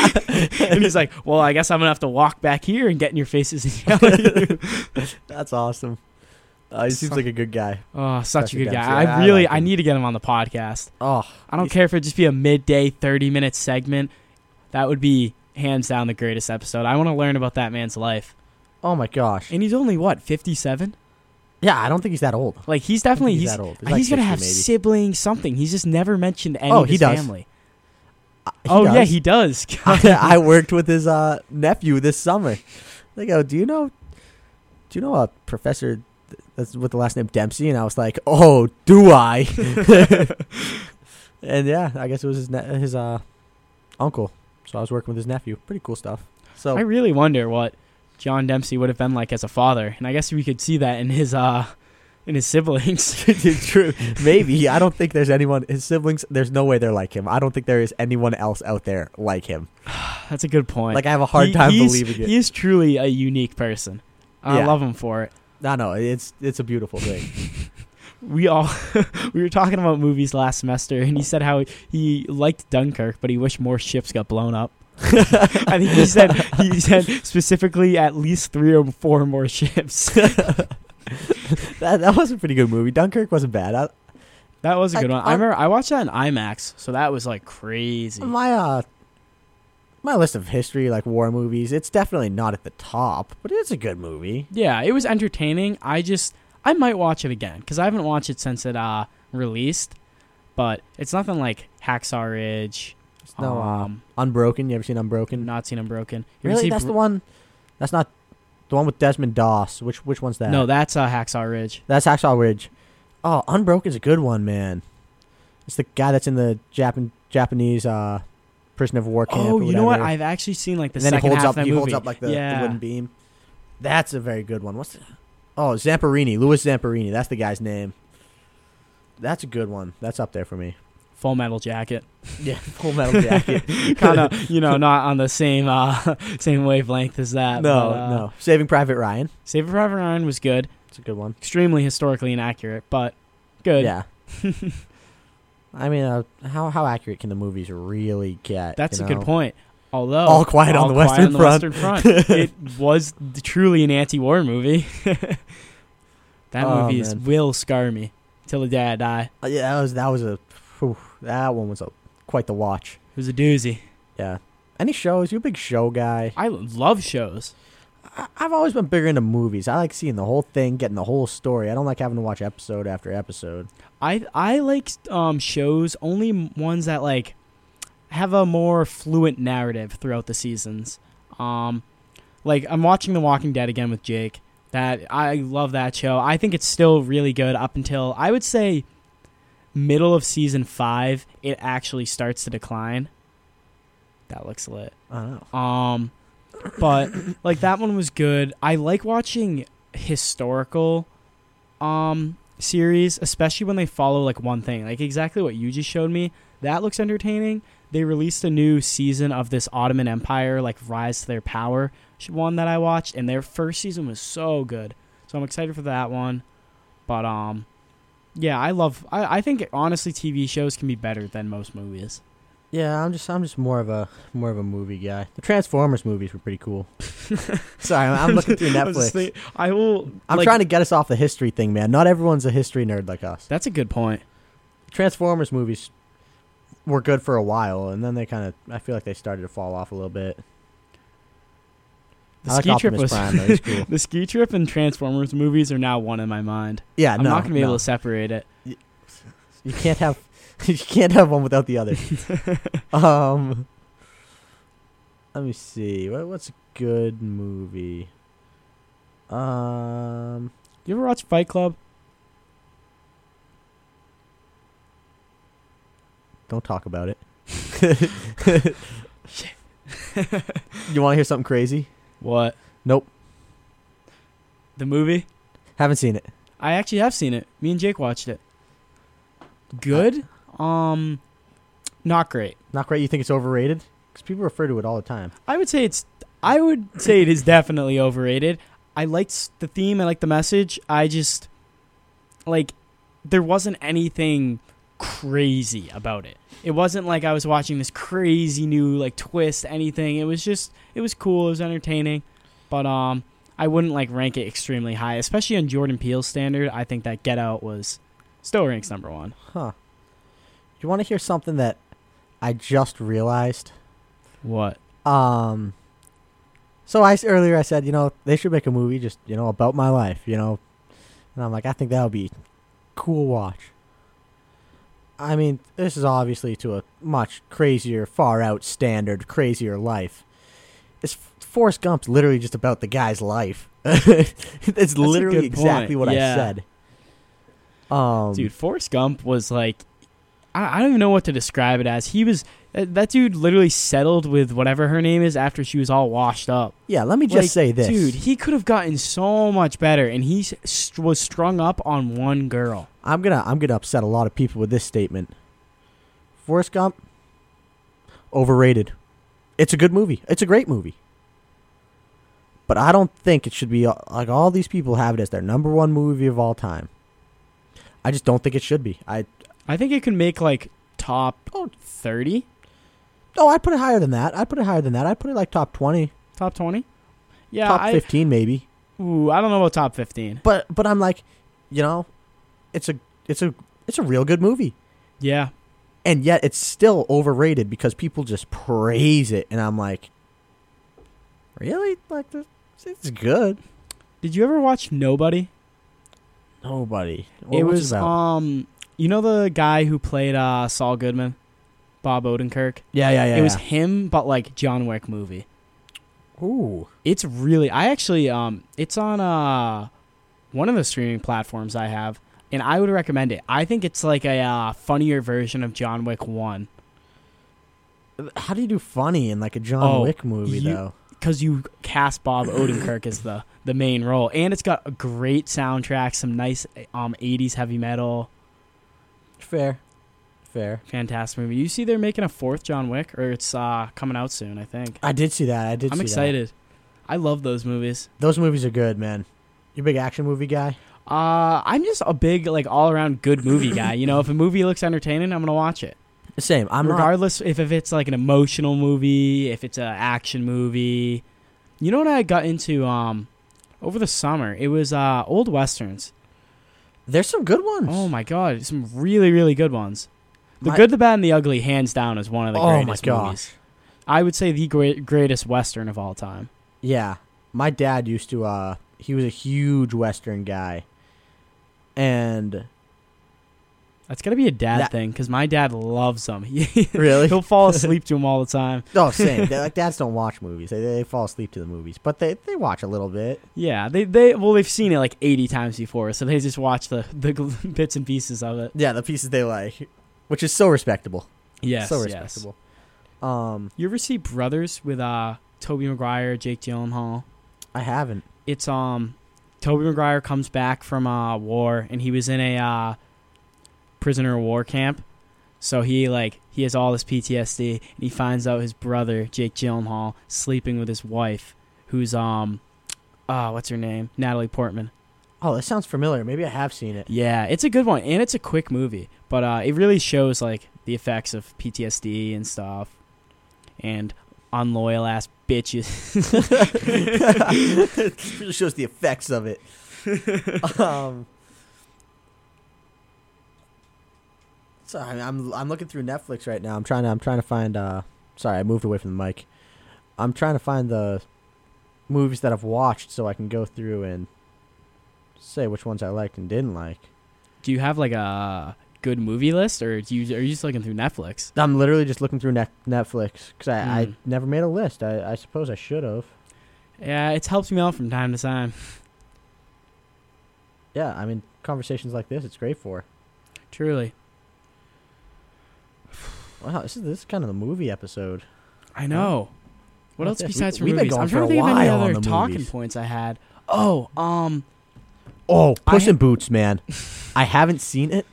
and he's like, "Well, I guess I'm gonna have to walk back here and get in your faces and yell at you." That's awesome. Uh, he seems Some- like a good guy. Oh, such a Especially good Dempsey. guy. I- I I really, like I him. need to get him on the podcast. Oh, I don't care if it just be a midday, thirty minute segment. That would be hands down the greatest episode. I want to learn about that man's life. oh my gosh. And he's only what fifty seven. Yeah, I don't think he's that old. Like he's definitely he's he's that old. He's He's, like gonna 60 have maybe. siblings, something. He's just never mentioned any Oh, of he his does. family. Uh, he oh yeah, does. he does. I worked with his uh, nephew this summer. They go, "Do you know? Do you know a professor th- that's with the last name Dempsey?" And I was like, "Oh, do I?" and yeah, I guess it was his ne- his uh, uncle. So I was working with his nephew. Pretty cool stuff. So I really wonder what John Dempsey would have been like as a father, and I guess we could see that in his uh, in his siblings. true. Maybe I don't think there's anyone. His siblings. There's no way they're like him. I don't think there is anyone else out there like him. That's a good point. Like I have a hard He- time he's- believing it. He is truly a unique person. I Yeah. love him for it. No, no, it's it's a beautiful thing. we all we were talking about movies last semester, and he said how he liked Dunkirk, but he wished more ships got blown up. I think he said he said specifically at least three or four more ships. That, that was a pretty good movie. Dunkirk wasn't bad. I, that was a I- good one. I I- remember I watched that in IMAX, so that was like crazy. my uh, my list of history like war movies, it's definitely not at the top, but it's a good movie. Yeah, it was entertaining. I just I might watch it again because I haven't watched it since it uh released, but it's nothing like Hacksaw Ridge. It's no uh, um, Unbroken. You ever seen Unbroken? not seen Unbroken. You ever really, see that's Br- the one. That's not the one with Desmond Doss. Which which one's that? No, that's uh, Hacksaw Ridge. That's Hacksaw Ridge. Oh, Unbroken's a good one, man. It's the guy that's in the Japan Japanese uh, prison of war camp. Oh, or you know what? whatever. I've actually seen like the and then he second holds half up. of that he movie. holds up like the, the yeah. wooden beam. That's a very good one. What's the, oh Zamperini, Louis Zamperini. That's the guy's name. That's a good one. That's up there for me. Full Metal Jacket. Yeah, Full Metal Jacket. kind of, you know, not on the same uh same wavelength as that. no, but, uh, no. Saving Private Ryan. Saving Private Ryan was good. It's a good one. Extremely historically inaccurate, but good. Yeah. I mean, uh, how how accurate can the movies really get? That's you a good know? point. Although All Quiet on the Quiet Western on the Front. Western Front. it was th- truly an anti-war movie. that Oh, movie is, man. will scar me till the day I die. Uh, yeah, that was that was a phew, that one was a quite the watch. It was a doozy. Yeah. Any shows? You a big show guy? I love shows. I, I've always been bigger into movies. I like seeing the whole thing, getting the whole story. I don't like having to watch episode after episode. I I like um, shows only m- ones that like have a more fluent narrative throughout the seasons. Um, like I'm watching The Walking Dead again with Jake. That I love that show. I think it's still really good up until I would say middle of season five. It actually starts to decline. That looks lit. I don't know. Um, but like that one was good. I like watching historical, um, series, especially when they follow like one thing, like exactly what you just showed me. That looks entertaining. They released a new season of this Ottoman Empire, like Rise to Their Power, sh- one that I watched, and their first season was so good. So I'm excited for that one. But um, yeah, I love. I, I think honestly, TV shows can be better than most movies. Yeah, I'm just I'm just more of a more of a movie guy. The Transformers movies were pretty cool. Sorry, I'm, I'm looking through I was Netflix. just think- I will. I'm like, trying to get us off the history thing, man. Not everyone's a history nerd like us. That's a good point. Transformers movies were good for a while, and then they kind of I feel like they started to fall off a little bit. The I like ski trip Optimus was Prime, though. He's cool. the ski trip and Transformers movies are now one in my mind. Yeah, I'm no, not gonna be no. able to separate it. You can't have you can't have one without the other. um, let me see. What, what's a good movie? Um, You ever watch Fight Club? don't talk about it. you want to hear something crazy? What? Nope. The movie? Haven't seen it. I actually have seen it. Me and Jake watched it. Good? Um, not great. Not great. You think it's overrated? Because people refer to it all the time. I would say it's. I would say it is definitely overrated. I liked s- the theme. I liked the message. I just like there wasn't anything crazy about it. It wasn't like I was watching this crazy new like twist. Anything. It was just. It was cool. It was entertaining. But um, I wouldn't like rank it extremely high, especially on Jordan Peele's standard. I think that Get Out was still ranks number one. Huh. You want to hear something that I just realized? What? Um, so I s- earlier I said, you know, they should make a movie just you know about my life, you know, and I'm like, I think that would be cool watch. I mean, this is obviously to a much crazier, far out standard, crazier life. This F- Forrest Gump's literally just about the guy's life. That's a literally good point. exactly what Yeah. I said. Um, dude forrest gump was like I, I don't even know what to describe it as he was that that dude literally settled with whatever her name is after she was all washed up yeah. Let me just like, say this, dude he could have gotten so much better and he s- was strung up on one girl I'm gonna I'm gonna upset a lot of people with this statement. Forrest Gump, overrated. It's a good movie. It's a great movie. But I don't think it should be uh, like all these people have it as their number one movie of all time. I just don't think it should be. I I think it can make like top Oh. thirty, oh, I'd put it higher than that. I'd put it higher than that. I'd put it like top twenty, top twenty. Yeah, top I, fifteen maybe. ooh, I don't know about top fifteen. But but I'm like, you know, it's a it's a it's a real good movie. Yeah, and yet it's still overrated because people just praise it and i'm like really like this it's good did you ever watch Nobody? nobody it was um, you know the guy who played uh Saul Goodman, Bob Odenkirk. yeah yeah yeah It was him, but like John Wick movie. ooh It's really I actually um it's on uh one of the streaming platforms I have and I would recommend it. I think it's like a uh, funnier version of John Wick 1 how do you do funny in like a john Oh, wick movie you- though cuz you cast Bob Odenkirk as the the main role and it's got a great soundtrack, some nice um 80s heavy metal, fair fair fantastic movie. You see they're making a fourth John Wick or it's uh coming out soon, I think. i did see that i did I'm see that. excited. I love those movies. those movies are good man you a big action movie guy Uh, I'm just a big like all around good movie guy. You know, if a movie looks entertaining, I'm gonna watch it. same i'm not Regardless if, if it's like an emotional movie, if it's an action movie. You know what I got into um over the summer? It was uh old westerns. there's some good ones Oh my god, some really really good ones. The My- Good, the Bad, and the Ugly, hands down, is one of the Oh my greatest gosh. movies. I would say the great, greatest western of all time. Yeah. My dad used to uh he was a huge western guy. And That's gotta be a dad That- thing because my dad loves them. really? He'll fall asleep to them all the time. oh, same. They're like dads don't watch movies. They, they fall asleep to the movies, but they they watch a little bit. Yeah, they they well they've seen it like eighty times before, so they just watch the the gl- bits and pieces of it. Yeah, the pieces they like, which is so respectable. Yes, so yes. respectable. Um You ever see Brothers with uh Toby Maguire, Jake Gyllenhaal? I haven't. It's um Toby Maguire comes back from uh war and he was in a uh prisoner of war camp. So he like he has all this PTSD and he finds out his brother, Jake Gyllenhaal, sleeping with his wife, who's um uh what's her name? Natalie Portman. Oh, that sounds familiar. Maybe I have seen it. Yeah, it's a good one, and it's a quick movie, but uh, it really shows like the effects of PTSD and stuff, and unloyal ass bitches. it really shows the effects of it. um Sorry, I'm I'm looking through Netflix right now. I'm trying to I'm trying to find uh sorry, I moved away from the mic. I'm trying to find the movies that I've watched so I can go through and say which ones I liked and didn't like. do you have like a good movie list, or do you are you just looking through Netflix? I'm literally just looking through net- Netflix cuz I, I Mm. never made a list. I, I suppose I should have. Yeah, it helps me out from time to time. Yeah, I mean conversations like this it's great for. Truly, Wow, this is this is kind of the movie episode. I know. What Well, else yeah, we- besides we've movies? been going I'm for trying a to think of any while on other the talking movies. points I had. Oh, um, Oh, I Puss ha- in Boots, man. I haven't seen it.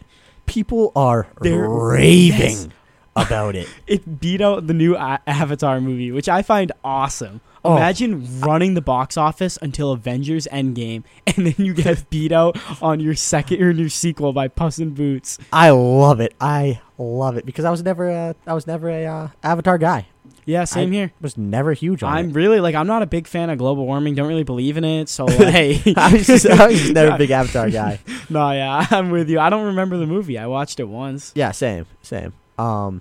People are They're- raving Yes. about it. it beat out the new A- Avatar movie, which I find awesome. Oh. Imagine running the box office until Avengers Endgame, and then you get beat out on your second or your sequel by Puss in Boots. I love it. I love it because I was never a, I was never a uh, Avatar guy. Yeah, same I- here. Was never huge on I'm it. really like I'm not a big fan of global warming. Don't really believe in it. So like, hey, I was, just, I was just never a big Avatar guy. no, yeah, I'm with you. I don't remember the movie. I watched it once. Yeah, same, same. Um,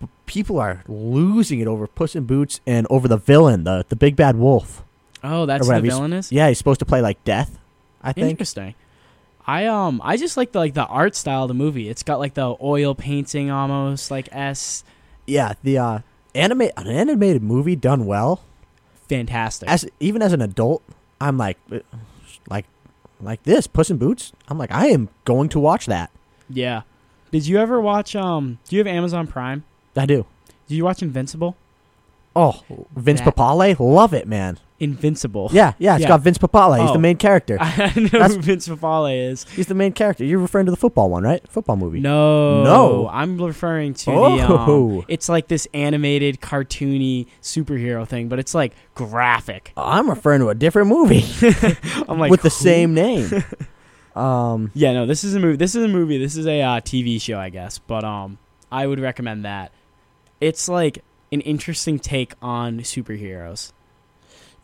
but people are losing it over Puss in Boots and over the villain, the the big bad wolf. Oh, that's Or the whatever he's- villain is. Yeah, he's supposed to play like death. I think. Interesting. I um I just like the like the art style of the movie. It's got like the oil painting almost like s Yeah, the uh, anime an animated movie done well. fantastic. As even as an adult, I'm like, uh, like, like this Puss in Boots. I'm like, I am going to watch that. Yeah. Did you ever watch um do you have Amazon Prime? I do. Did you watch Invincible? Oh, Vince That- Papale, love it, man. Invincible. Yeah, yeah, it's Yeah. got Vince Papale. He's Oh. the main character. I know That's- who Vince Papale is. He's the main character. You're referring to the football one, right? Football movie. No. No. I'm referring to the um, Oh, it's like this animated cartoony superhero thing, but it's like graphic. I'm referring to a different movie I'm like with the who? same name. Um, Yeah, no, this is a movie. This is a movie. This is a uh, TV show, I guess. But um, I would recommend that. It's like an interesting take on superheroes.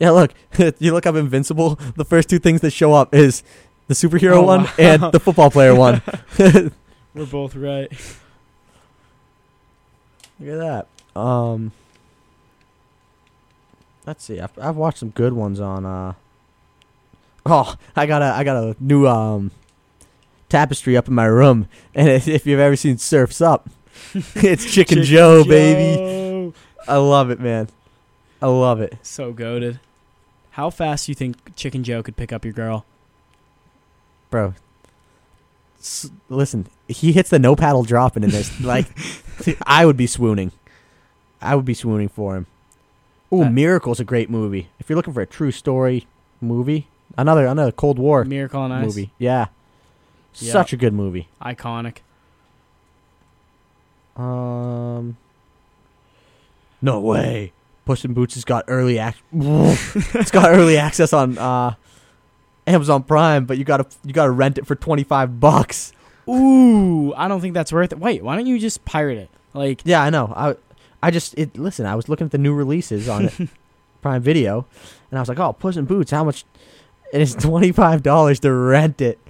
yeah, look, you look up Invincible. The first two things that show up is the superhero Oh, one wow. and the football player one. look We're both right. at that. Um, let's see. I've, I've watched some good ones on. Uh, oh, I got a I got a new um tapestry up in my room, and if, if you've ever seen Surfs Up, it's Chicken, Joe, baby. I love it, man. I love it. So goaded. How fast do you think Chicken Joe could pick up your girl? bro. S- listen, he hits the no paddle dropping in this. like, I would be swooning. I would be swooning for him. Ooh, Uh, Miracle's a great movie. If you're looking for a true story movie, another another Cold War Miracle on Ice. movie. Yeah. Yeah. such a good movie. Iconic. Um, no way. Puss in Boots has got early access. it's got early access on uh, Amazon Prime, but you gotta you gotta rent it for twenty five bucks. Ooh, I don't think that's worth it. Wait, why don't you just pirate it? Like, Yeah, I know. I I just it, listen. I was looking at the new releases on it, Prime Video, and I was like, "Oh, Puss in Boots, how much?" And it's twenty five dollars to rent it.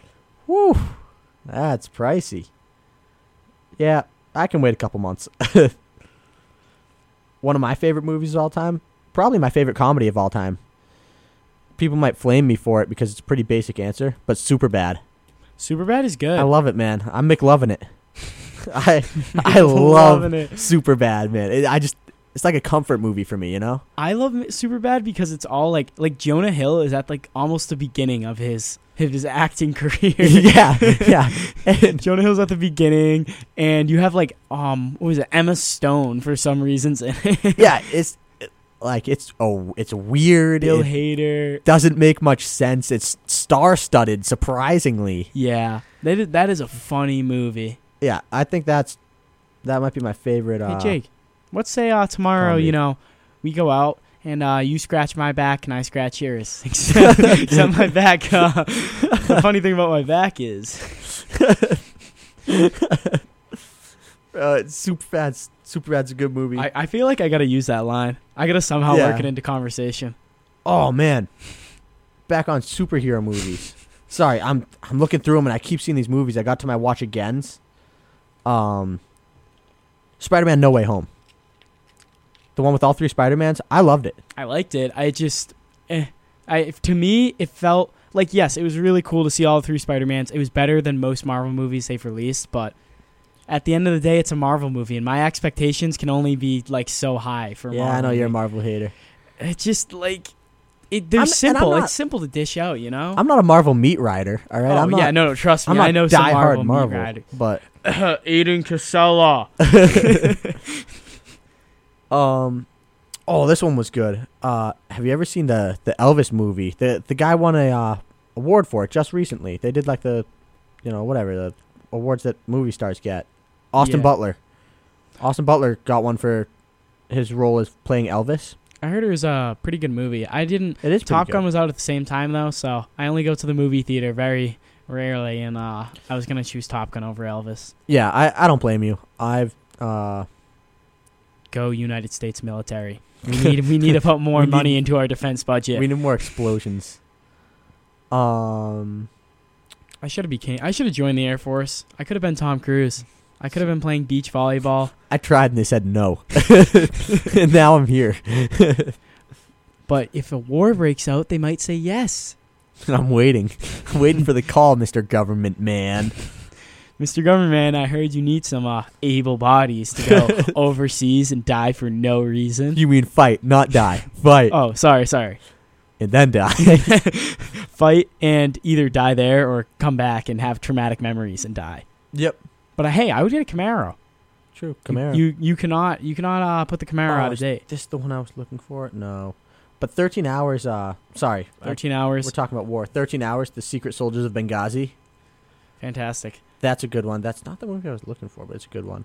Woo, that's pricey. Yeah, I can wait a couple months. One of my favorite movies of all time, probably my favorite comedy of all time. People might flame me for it because it's a pretty basic answer, but super bad. Superbad is good. I love it, man. I'm McLovin' it. I I love Loving it. super bad man it, i just it's like a comfort movie for me you know I love Superbad because it's all like like Jonah Hill is at like almost the beginning of his of his acting career. yeah yeah and Jonah Hill's at the beginning, and you have like um what was it Emma Stone for some reasons in it. yeah it's it- like it's oh it's weird Bill it Hader. doesn't make much sense it's star-studded surprisingly Yeah, that is, that is a funny movie. yeah i think that's that might be my favorite uh hey Jake, let's say uh, tomorrow comedy. you know we go out and uh, you scratch my back and I scratch yours. Except, except my back. Uh, the funny thing about my back is uh super bad's super bad's a good movie I, I feel like I gotta use that line. I gotta somehow Yeah. work it into conversation. oh man back on superhero movies sorry i'm i'm looking through them and i keep seeing these movies i got to my watch agains um spider-man no way home the one with all three spider-mans i loved it I liked it. I just, eh. I if- to me it felt like yes, it was really cool to see all three Spider Mans. It was better than most Marvel movies they've released, but at the end of the day, it's a Marvel movie, and my expectations can only be like so high for. a yeah Marvel i know you're a movie. marvel hater It's just like it. They're I'm- and I'm simple. not- it's simple to dish out, you know. i'm not a marvel meat rider all right oh, i'm not yeah, no, no, trust me. i'm not I know some die-hard Marvel, marvel, Meat but Rider. Aiden Casella. um oh this one was good uh have you ever seen the the elvis movie the the guy won a uh award for it just recently they did like the you know whatever the awards that movie stars get austin Yeah. butler austin butler got one for his role as playing elvis I heard it was a pretty good movie. I didn't it is Top pretty Gun good. was out at the same time though, so I only go to the movie theater very rarely, and uh, I was gonna choose Top Gun over Elvis. yeah i i don't blame you i've uh Go United States military. We need we need to put more We need- money into our defense budget. we need more explosions um I should have became I should have joined the Air Force. I could have been Tom Cruise. I could have been playing beach volleyball. i tried and they said no and now i'm here But if a war breaks out, they might say yes. i'm waiting I'm waiting for the call mr government man Mr. Government, I heard you need some uh, able bodies to go overseas and die for no reason. You mean fight, not die. Fight Oh, sorry, sorry. and then die. fight and either die there or come back and have traumatic memories and die. yep. But uh, hey, I would get a Camaro. True. You- Camaro. You you, cannot you cannot uh, put the Camaro Oh, out of it's date. this the one I was looking for? No. But 13 hours uh sorry. I- Thirteen We're hours, talking about war. 13 hours the Secret Soldiers of Benghazi. fantastic. That's a good one. That's not the movie I was looking for, but it's a good one.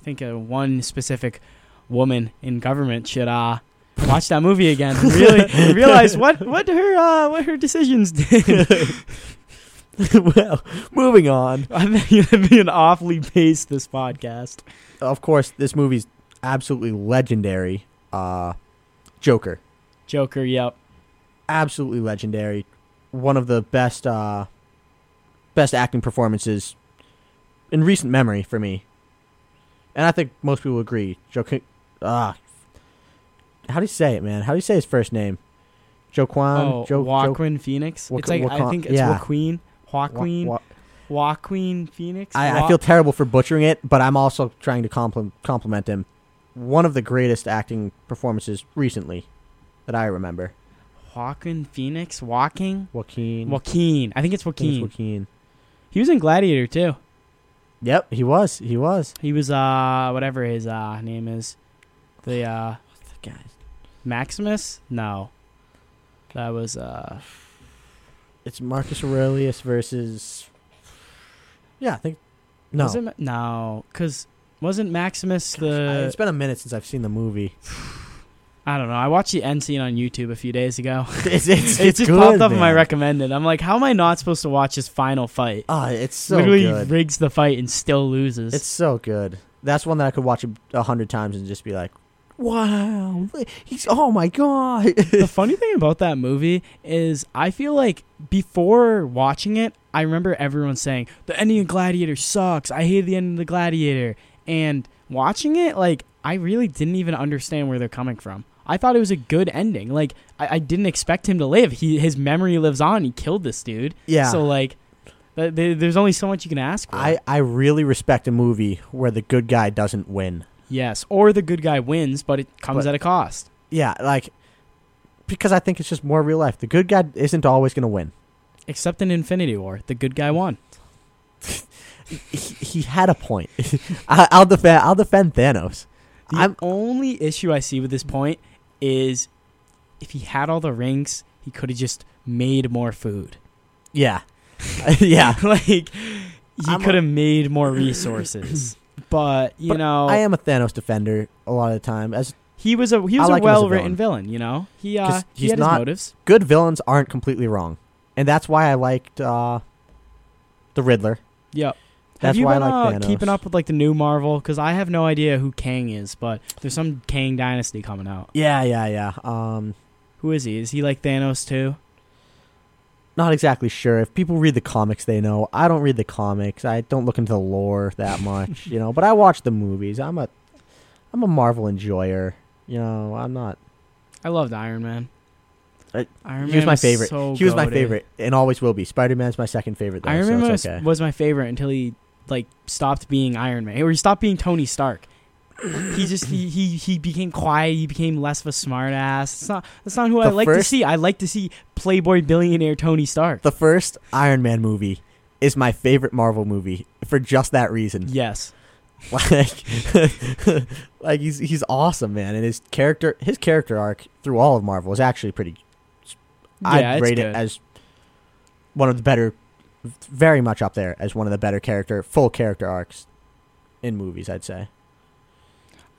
I think uh, one specific woman in government should uh watch that movie again. and Really realize what what her uh, what her decisions did. well, moving on. I think it'd be an awfully paced this podcast. Of course, this movie's absolutely legendary. Uh, Joker, Joker, yep. absolutely legendary. One of the best, uh, best acting performances in recent memory for me. And I think most people agree. Joaquin, ah, how do you say it, man? How do you say his first name? Joaquin. oh, Jo- Jo- Joaquin Phoenix. Joaqu- it's like I Joaqu- think it's yeah. Joaquin, Joaquin, Wa- wa- Joaquin Phoenix. I, I Joa- feel terrible for butchering it, but I'm also trying to compliment compliment him. One of the greatest acting performances recently that I remember. Joaquin Phoenix, Joaquin, Joaquin. Joaquin. I think it's I think it's Joaquin. Joaquin. He was in Gladiator too. Yep, he was. He was. He was uh whatever his uh name is, the uh Maximus. No, that was uh It's Marcus Aurelius versus. Yeah, I think. No, Was it Ma- no, because wasn't Maximus I- the? it's been a minute since I've seen the movie. I don't know. I watched the end scene on YouTube a few days ago. It's, it's, it it's just good, popped up in my man. recommended. I'm like, how am I not supposed to watch his final fight? Ah, it's so Literally good. rigs the fight and still loses. It's so good. That's one that I could watch a, a hundred times and just be like, "Wow, li- he's oh my god." the funny thing about that movie is I feel like before watching it, I remember everyone saying the ending of Gladiator sucks. I hate the end of the Gladiator. And watching it, like I really didn't even understand where they're coming from. I thought it was a good ending. Like I, I didn't expect him to live. He his memory lives on. He killed this dude. yeah, So like, th- th- there's only so much you can ask for. I I really respect a movie where the good guy doesn't win. yes, or the good guy wins, but it comes But- at a cost. Yeah, like because I think it's just more real life. The good guy isn't always going to win. Except in Infinity War, the good guy won. He, he had a point. I, I'll defend. I'll defend Thanos. The I'm- only issue I see with this point is if he had all the rings, he could have just made more food. Yeah, yeah. like he I'm a- could have made more resources. but you But know, I am a Thanos defender a lot of the time. As he was a he I was like a him as a well-written villain. You know, he uh, 'Cause he he's had his not- motives. good villains aren't completely wrong, and that's why I liked uh, the Riddler. Yep. That's have you why I been like uh, Thanos. keeping up with like the new Marvel? Because I have no idea who Kang is, but there's some Kang dynasty coming out. Yeah, yeah, yeah. Um, Who is he? Is he like Thanos too? not exactly sure. If people read the comics, they know. I don't read the comics. I don't look into the lore that much, you know. But I watch the movies. I'm a, I'm a Marvel enjoyer. You know, I'm not. I loved Iron Man. I- Iron he was my favorite. so he was my goated. favorite, and always will be. Spider Man's my second favorite. Though, Iron Man so was, it's okay. was my favorite until he like stopped being Iron Man or he stopped being Tony Stark. he just he, he he became quiet. He became less of a smartass. It's not that's not who I The like to first- see. I like to see Playboy billionaire Tony Stark. The first Iron Man movie is my favorite Marvel movie for just that reason. yes, like like he's he's awesome man and his character his character arc through all of marvel is actually pretty yeah, i'd it's rate good. it as one of the better very much up there as one of the better character full character arcs in movies i'd say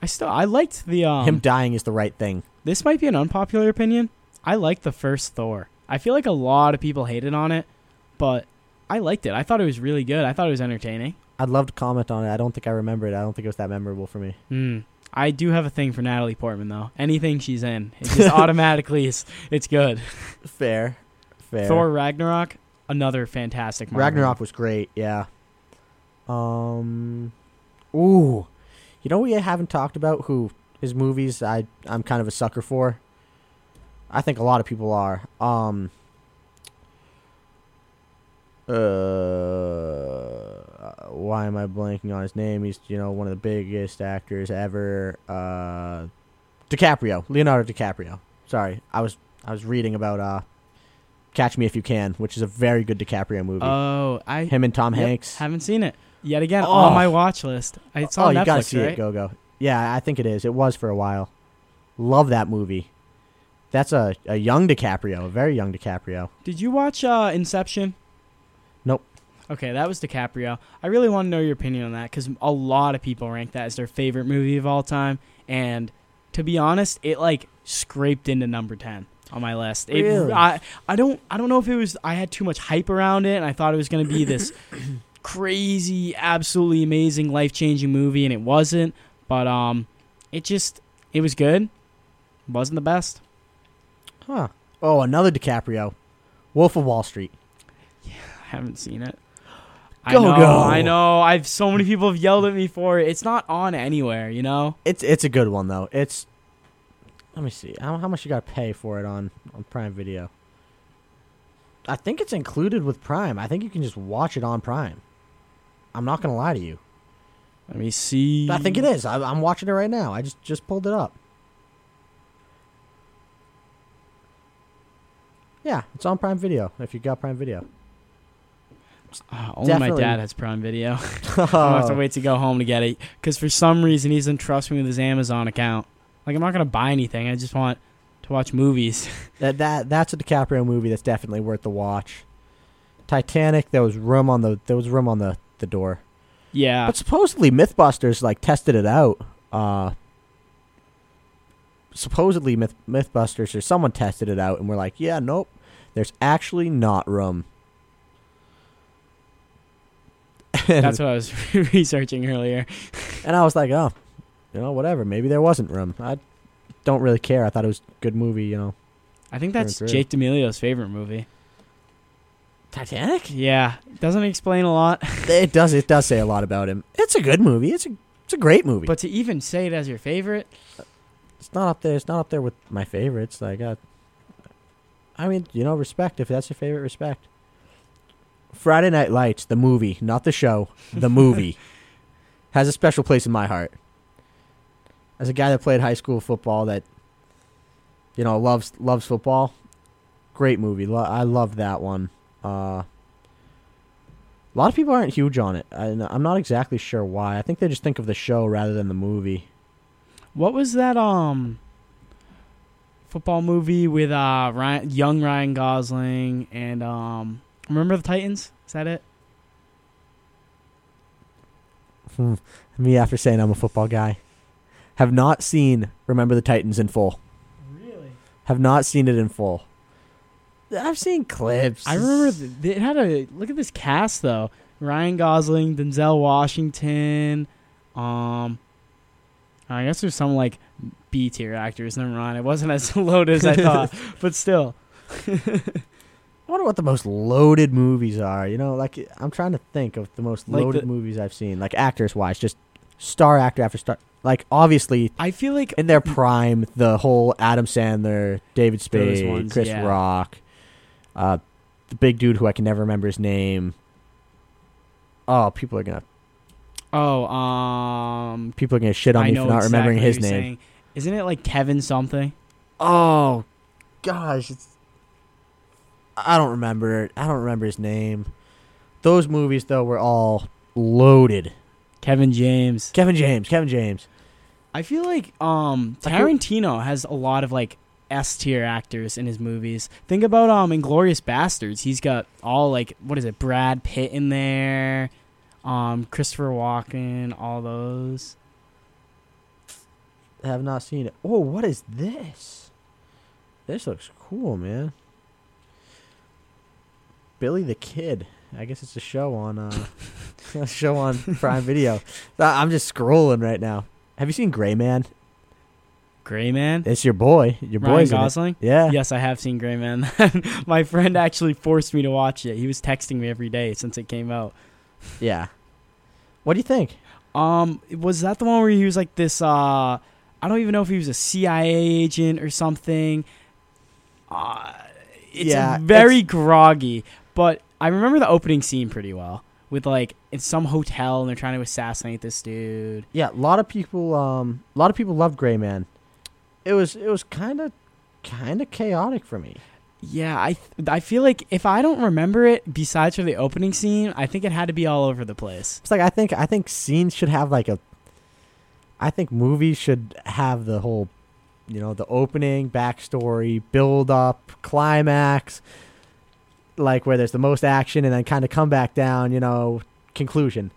I still I liked the um. him dying is the right thing this might be an unpopular opinion. I liked the first Thor. I feel like a lot of people hated on it, but I liked it. I thought it was really good. I thought it was entertaining. i'd love to comment on it i don't think i remember it i don't think it was that memorable for me Hmm. I do have a thing for Natalie Portman though. Anything she's in, it just automatically is it's good. fair fair Thor Ragnarok, another fantastic. Marvel. ragnarok was great yeah um ooh you know we haven't talked about who his movies I I'm kind of a sucker for. I think a lot of people are. Um uh why am I blanking on his name? He's you know one of the biggest actors ever. Uh DiCaprio, Leonardo DiCaprio. Sorry. I was I was reading about uh Catch Me If You Can, which is a very good DiCaprio movie. Oh, I Him and Tom yep, Hanks. haven't seen it yet again on Oh. my watch list. I saw oh, on Netflix, you gotta see right? it, go go. Yeah, I think it is. It was for a while. Love that movie. That's a, a young DiCaprio, a very young DiCaprio. Did you watch uh, Inception? Nope. Okay, that was DiCaprio. I really want to know your opinion on that because a lot of people rank that as their favorite movie of all time, and to be honest, it like scraped into number ten. on my list. It, Really? I I don't I don't know if it was I had too much hype around it and I thought it was going to be this crazy, absolutely amazing, life-changing movie and it wasn't, but um it just it was good. Wasn't the best. Huh. Oh, another DiCaprio. Wolf of Wall Street. I haven't seen it. I Go, know, go. I know. I've so many people have yelled at me for it. It's not on anywhere, you know. It's it's a good one though. It's let me see how, how much you got to pay for it on on Prime Video. I think it's included with Prime. I think you can just watch it on Prime. I'm not gonna lie to you. Let me see. I think it is. I, I'm watching it right now. I just just pulled it up. Yeah, it's on Prime Video. If you got Prime Video, Uh, only my Definitely. Oh. dad has Prime Video. I'm gonna have to wait to go home to get it because for some reason he doesn't trust me with his Amazon account. Like I'm not gonna buy anything. I just want to watch movies. That that that's a DiCaprio movie that's definitely worth the watch. Titanic, there was room on the there was room on the, the door. yeah, But supposedly MythBusters like tested it out. Uh supposedly Myth, MythBusters or someone tested it out and we're like, "Yeah, nope. There's actually not room." that's what I was researching earlier. and I was like, "Oh, you know, whatever. Maybe there wasn't room." I don't really care. I thought it was a good movie, you know. I think that's True, true. Jake D'Amelio's favorite movie. Titanic? Yeah, doesn't explain a lot. It does it does say a lot about him. It's a good movie. It's a it's a great movie. But to even say it as your favorite, it's not up there. It's not up there with my favorites. Like, uh, I mean, you know, respect. If that's your favorite, respect. Friday Night Lights, the movie, not the show, the movie, has a special place in my heart. As a guy that played high school football, that you know loves loves football, great movie. Lo- I love that one. Uh, a lot of people aren't huge on it. I, I'm not exactly sure why. I think they just think of the show rather than the movie. what was that um football movie with uh Ryan, young Ryan Gosling and um remember the Titans? Is that it? Me after saying I'm a football guy. Have not seen Remember the Titans in full. Really? Have not seen it in full. I've seen clips. I remember th- they had a look at this cast though: Ryan Gosling, Denzel Washington. Um, I guess there's some like B tier actors. Never mind, it wasn't as loaded as I thought, but still, I wonder what the most loaded movies are. You know, like I'm trying to think of the most Like loaded the- movies I've seen, like actors wise, just star actor after star. Like obviously I feel like in their prime, the whole Adam Sandler, David Mm. Those Spade, ones, Chris yeah. Rock, uh, the big dude who I can never remember his name. Oh, people are gonna oh um, people are gonna shit on I me know for not remembering exactly his what name. you're saying. Isn't it like Kevin something? Oh gosh, it's I don't remember. it. I don't remember his name. Those movies though were all loaded. Kevin James. Kevin James, Kevin James. I feel like um Like who- Tarantino has a lot of like S tier actors in his movies. Think about um Inglorious Bastards. He's got all like what is it, Brad Pitt in there, um, Christopher Walken, all those. I have not seen it. Oh, what is this? This looks cool, man. Billy the Kid. I guess it's a show on uh a show on Prime Video. I- I'm just scrolling right now. Have you seen Gray Man? Gray Man. It's your boy. Your Ryan boy's in it. Gosling. Yeah. Yes, I have seen Gray Man. My friend actually forced me to watch it. He was texting me every day since it came out. Yeah. What do you think? Um, was that the one where he was like this? Uh, I don't even know if he was a CIA agent or something. Uh, it's Yeah, very groggy, but I remember the opening scene pretty well. With like in some hotel and they're trying to assassinate this dude. Yeah, a lot of people um a lot of people loved Gray Man. It was it was kind of kind of chaotic for me. Yeah, I th- I feel like if I don't remember it, besides for the opening scene, I think it had to be all over the place. It's like I think I think scenes should have like a I think movies should have the whole you know, the opening, backstory, build up, climax like where there's the most action and then kind of come back down, you know, conclusion.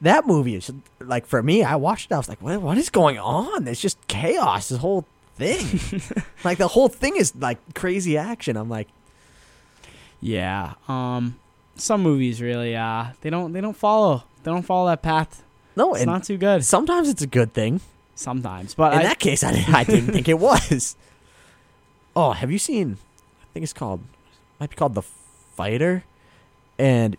That movie is like for me, I watched it, I was like, what, what is going on? There's just chaos. This whole thing. like the whole thing is like crazy action. I'm like, Yeah. Um, some movies really, uh, they don't they don't follow they don't follow that path. no, It's and not too good sometimes it's a good thing. sometimes, but In I, that case, I, I didn't think it was. Oh, have you seen? I think it's called, might be called the Fighter, and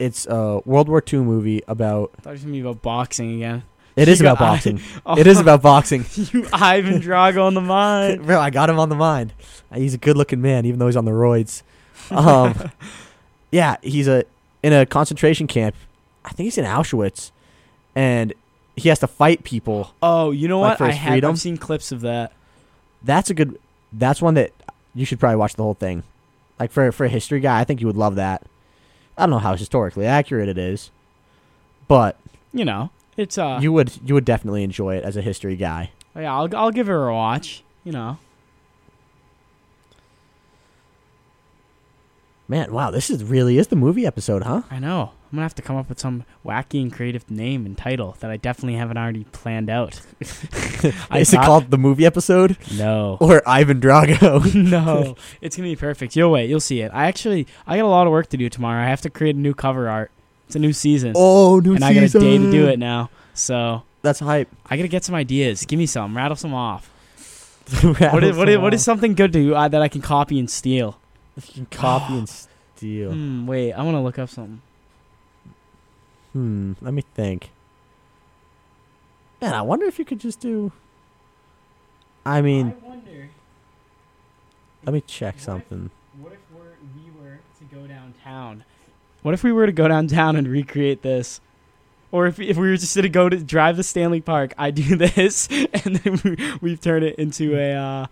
it's a World War II movie about. thought it was gonna be about boxing again. It is You about got- boxing. It is about boxing. you, Ivan Drago on the mind. Bro, I got him on the mind. He's a good-looking man, even though he's on the roids. Um, yeah, he's a in a concentration camp. I think he's in Auschwitz, and he has to fight people. Oh, you know Like what? for I his have freedom? I've seen clips of that. That's a good. That's one that you should probably watch the whole thing. Like for for a history guy, I think you would love that. I don't know how historically accurate it is, but You know, it's uh, you would you would definitely enjoy it as a history guy. yeah, I'll I'll give her a watch. You know, Man, wow, this is really is the movie episode, huh? I know I'm gonna have to come up with some wacky and creative name and title that I definitely haven't already planned out. I is thought- it called the movie episode No. or Ivan Drago? no, it's gonna be perfect. You'll wait, you'll see it. I actually, I got a lot of work to do tomorrow. I have to create a new cover art. It's a new season, Oh, new and I got a day to do it now. So That's hype. I gotta get some ideas. Give me some, rattle some off. What is, what is what is something good to uh, that I can copy and steal? you can copy and steal? Hmm, wait, I want to look up something. Hmm. Let me think. Man, I wonder if you could just do. I mean, wonder. let me check something. What if we're, we were to go downtown? What if we were to go downtown and recreate this? Or if, if we were just to go to drive to Stanley Park, I do this, and then we, we turn it into a. Uh,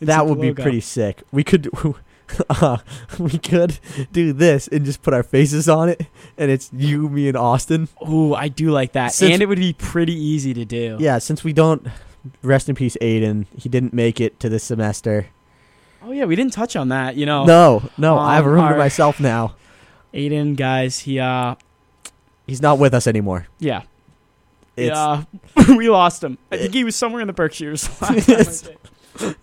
into That the would be logo. pretty sick. We could, uh, we could do this and just put our faces on it, and it's you, me, and Austin. Ooh, I do like that, Since- and it would be pretty easy to do. Yeah, since we don't. Rest in peace, Aiden. He didn't make it to this semester. Oh yeah, we didn't touch on that. You know, No, no, I have a Um, room to our- myself now. Aiden, guys, he uh, He's not with us anymore. yeah, It's, yeah, we lost him. I think he was somewhere in the Berkshires. last time I Yes. checked.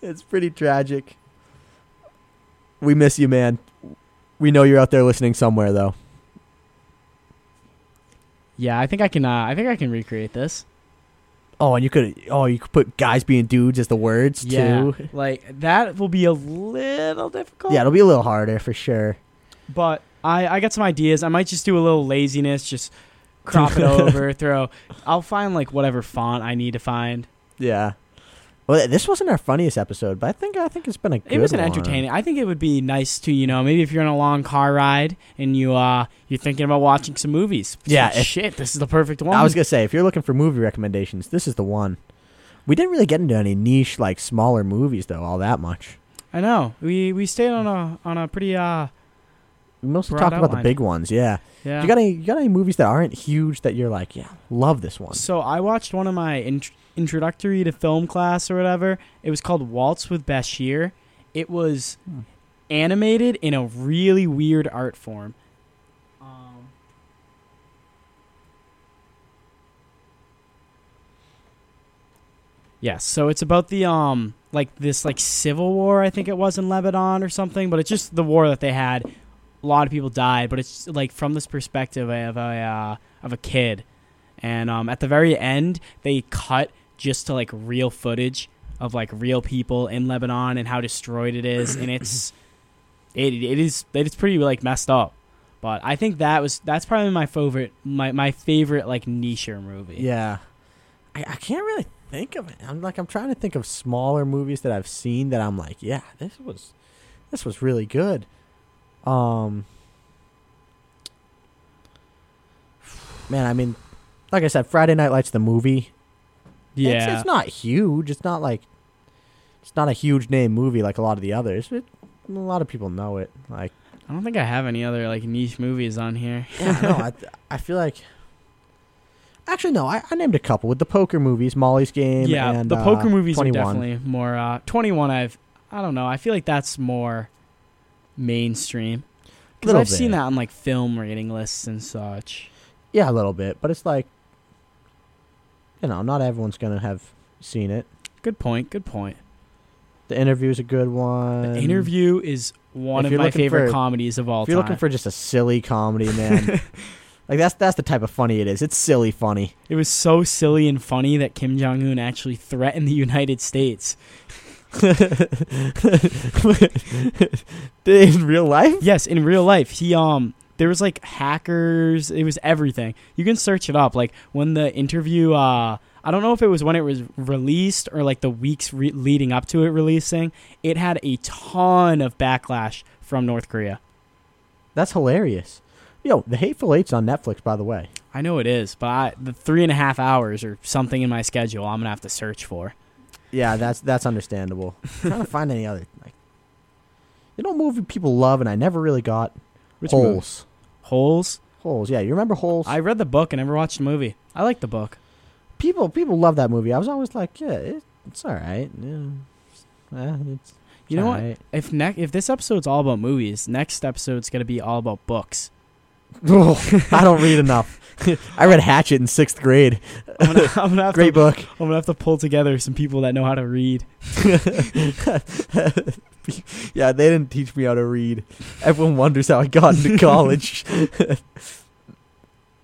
it's pretty tragic. We miss you, man. We know you're out there listening somewhere, though. yeah, I think I can. Uh, I think I can recreate this. Oh, and you could oh you could put guys being dudes as the words yeah, too. like that will be a little difficult. Yeah, it'll be a little harder for sure. but I I got some ideas. I might just do a little laziness, just crop it over, throw. I'll find like whatever font I need to find. Yeah. Well, this wasn't our funniest episode, but I think I think it's been a good It was an one. entertaining. I think it would be nice to you know maybe if you're on a long car ride and you uh you're thinking about watching some movies. Yeah, Shit, if- shit, this is the perfect one. I was gonna say if you're looking for movie recommendations, this is the one. We didn't really get into any niche like smaller movies though, all that much. I know we we stayed on a on a pretty uh We mostly Broad talked about the outline. big ones. Yeah. yeah. You got any you got any movies that aren't huge that you're like, yeah, love this one. So I watched one of my int- introductory to film class or whatever. It was called Waltz with Bashir. It was Hmm. animated in a really weird art form. Um, yes, so it's about the um like this like civil war I think it was in Lebanon or something, but it's just the war that they had. A lot of people died, but it's like from this perspective of a uh, of a kid. And um, at the very end, they cut just to like real footage of like real people in Lebanon and how destroyed it is, and it's it it is it's pretty like messed up. But I think that was that's probably my favorite my my favorite like niche movie. Yeah. I, I can't really think of it. I'm like I'm trying to think of smaller movies that I've seen that I'm like, yeah, this was this was really good. Um Man, I mean like I said, Friday Night Lights the movie. yeah, It's, it's not huge. It's not like it's not a huge name movie like a lot of the others. It, a lot of people know it. Like I don't think I have any other like niche movies on here. yeah, no, I, I feel like. Actually, no, I, I named a couple with the poker movies, Molly's Game. yeah, and, the uh, poker movies 21. are definitely more uh, twenty one. I've I don't know. I feel like that's more mainstream. 'Cause Little I've seen bit. that on like film rating lists and such. Yeah, a little bit, but it's like, you know, not everyone's gonna have seen it. Good point. Good point. The interview is a good one. The interview is one Um, if of you're my looking favorite for- comedies of all If you're time. looking for just a silly comedy, man, like that's that's the type of funny it is. It's silly funny. it was so silly and funny that Kim Jong Un actually threatened the United States. In real life, Yes, in real life, he um there was like hackers, it was everything. You can search it up. Like when the interview uh I don't know if it was when it was released or like the weeks re- leading up to it releasing, it had a ton of backlash from North Korea. that's hilarious. Yo, The Hateful Eight's on Netflix, by the way. I know it is, but I, the three and a half hours or something in my schedule, I'm gonna have to search for. Yeah, that's that's understandable. I'm trying to find any other like, you know, a movie people love, and I never really got Which movie? holes. Holes. Holes, yeah, you remember holes? I read the book and never watched the movie. I like the book. people people love that movie. I was always like, yeah, it, it's all right. Yeah, Eh, it's, You know all what? right. If ne- if this episode's all about movies, next episode's gonna be all about books. Ugh, I don't read enough. I read Hatchet in sixth grade. I'm gonna, I'm gonna have Great to, book. I'm gonna have to pull together some people that know how to read. yeah, they didn't teach me how to read. Everyone wonders how I got into college.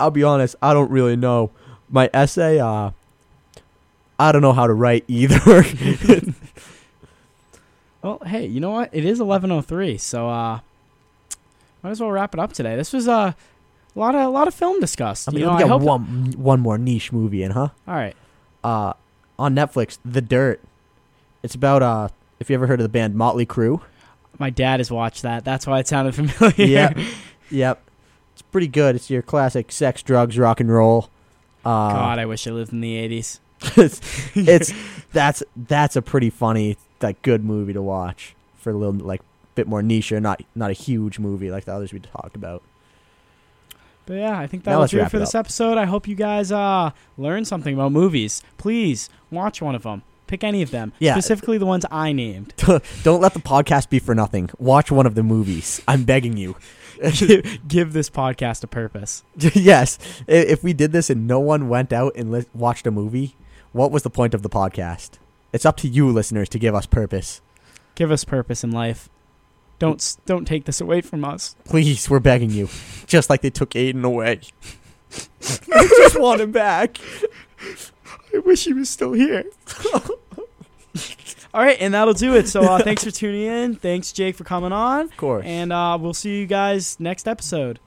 I'll be honest, I don't really know. My essay, uh, I don't know how to write either. Well, Oh, hey, you know what? It is 11:03, so uh, might as well wrap it up today. This was uh, a lot of a lot of film discussed. I mean, you know, we I got hope. one one more niche movie in, huh? All right, Uh, on Netflix, The Dirt. It's about uh, if you ever heard of the band Motley Crue. my dad has watched that. That's why it sounded familiar. Yeah. Yep, it's pretty good. It's your classic sex, drugs, rock and roll. Uh, God, I wish I lived in the 80s. it's, it's that's that's a pretty funny like good movie to watch for a little like bit more niche or not not a huge movie like the others we talked about. But yeah, I think Now that'll let's do it wrap for it this episode. I hope you guys uh learned something about movies. Please watch one of them. Pick any of them. Yeah. Specifically the ones I named. Don't let the podcast be for nothing. Watch one of the movies. I'm begging you. Give this podcast a purpose. yes, i- if we did this and no one went out and li- watched a movie, what was the point of the podcast? It's up to you listeners to give us purpose. Give us purpose in life. Don't s- don't take this away from us. Please, we're begging you. Just like they took Aiden away. I just want him back. I wish he was still here. All right, and that'll do it. So uh, thanks for tuning in. Thanks, Jake, for coming on. Of course. And uh, we'll see you guys next episode.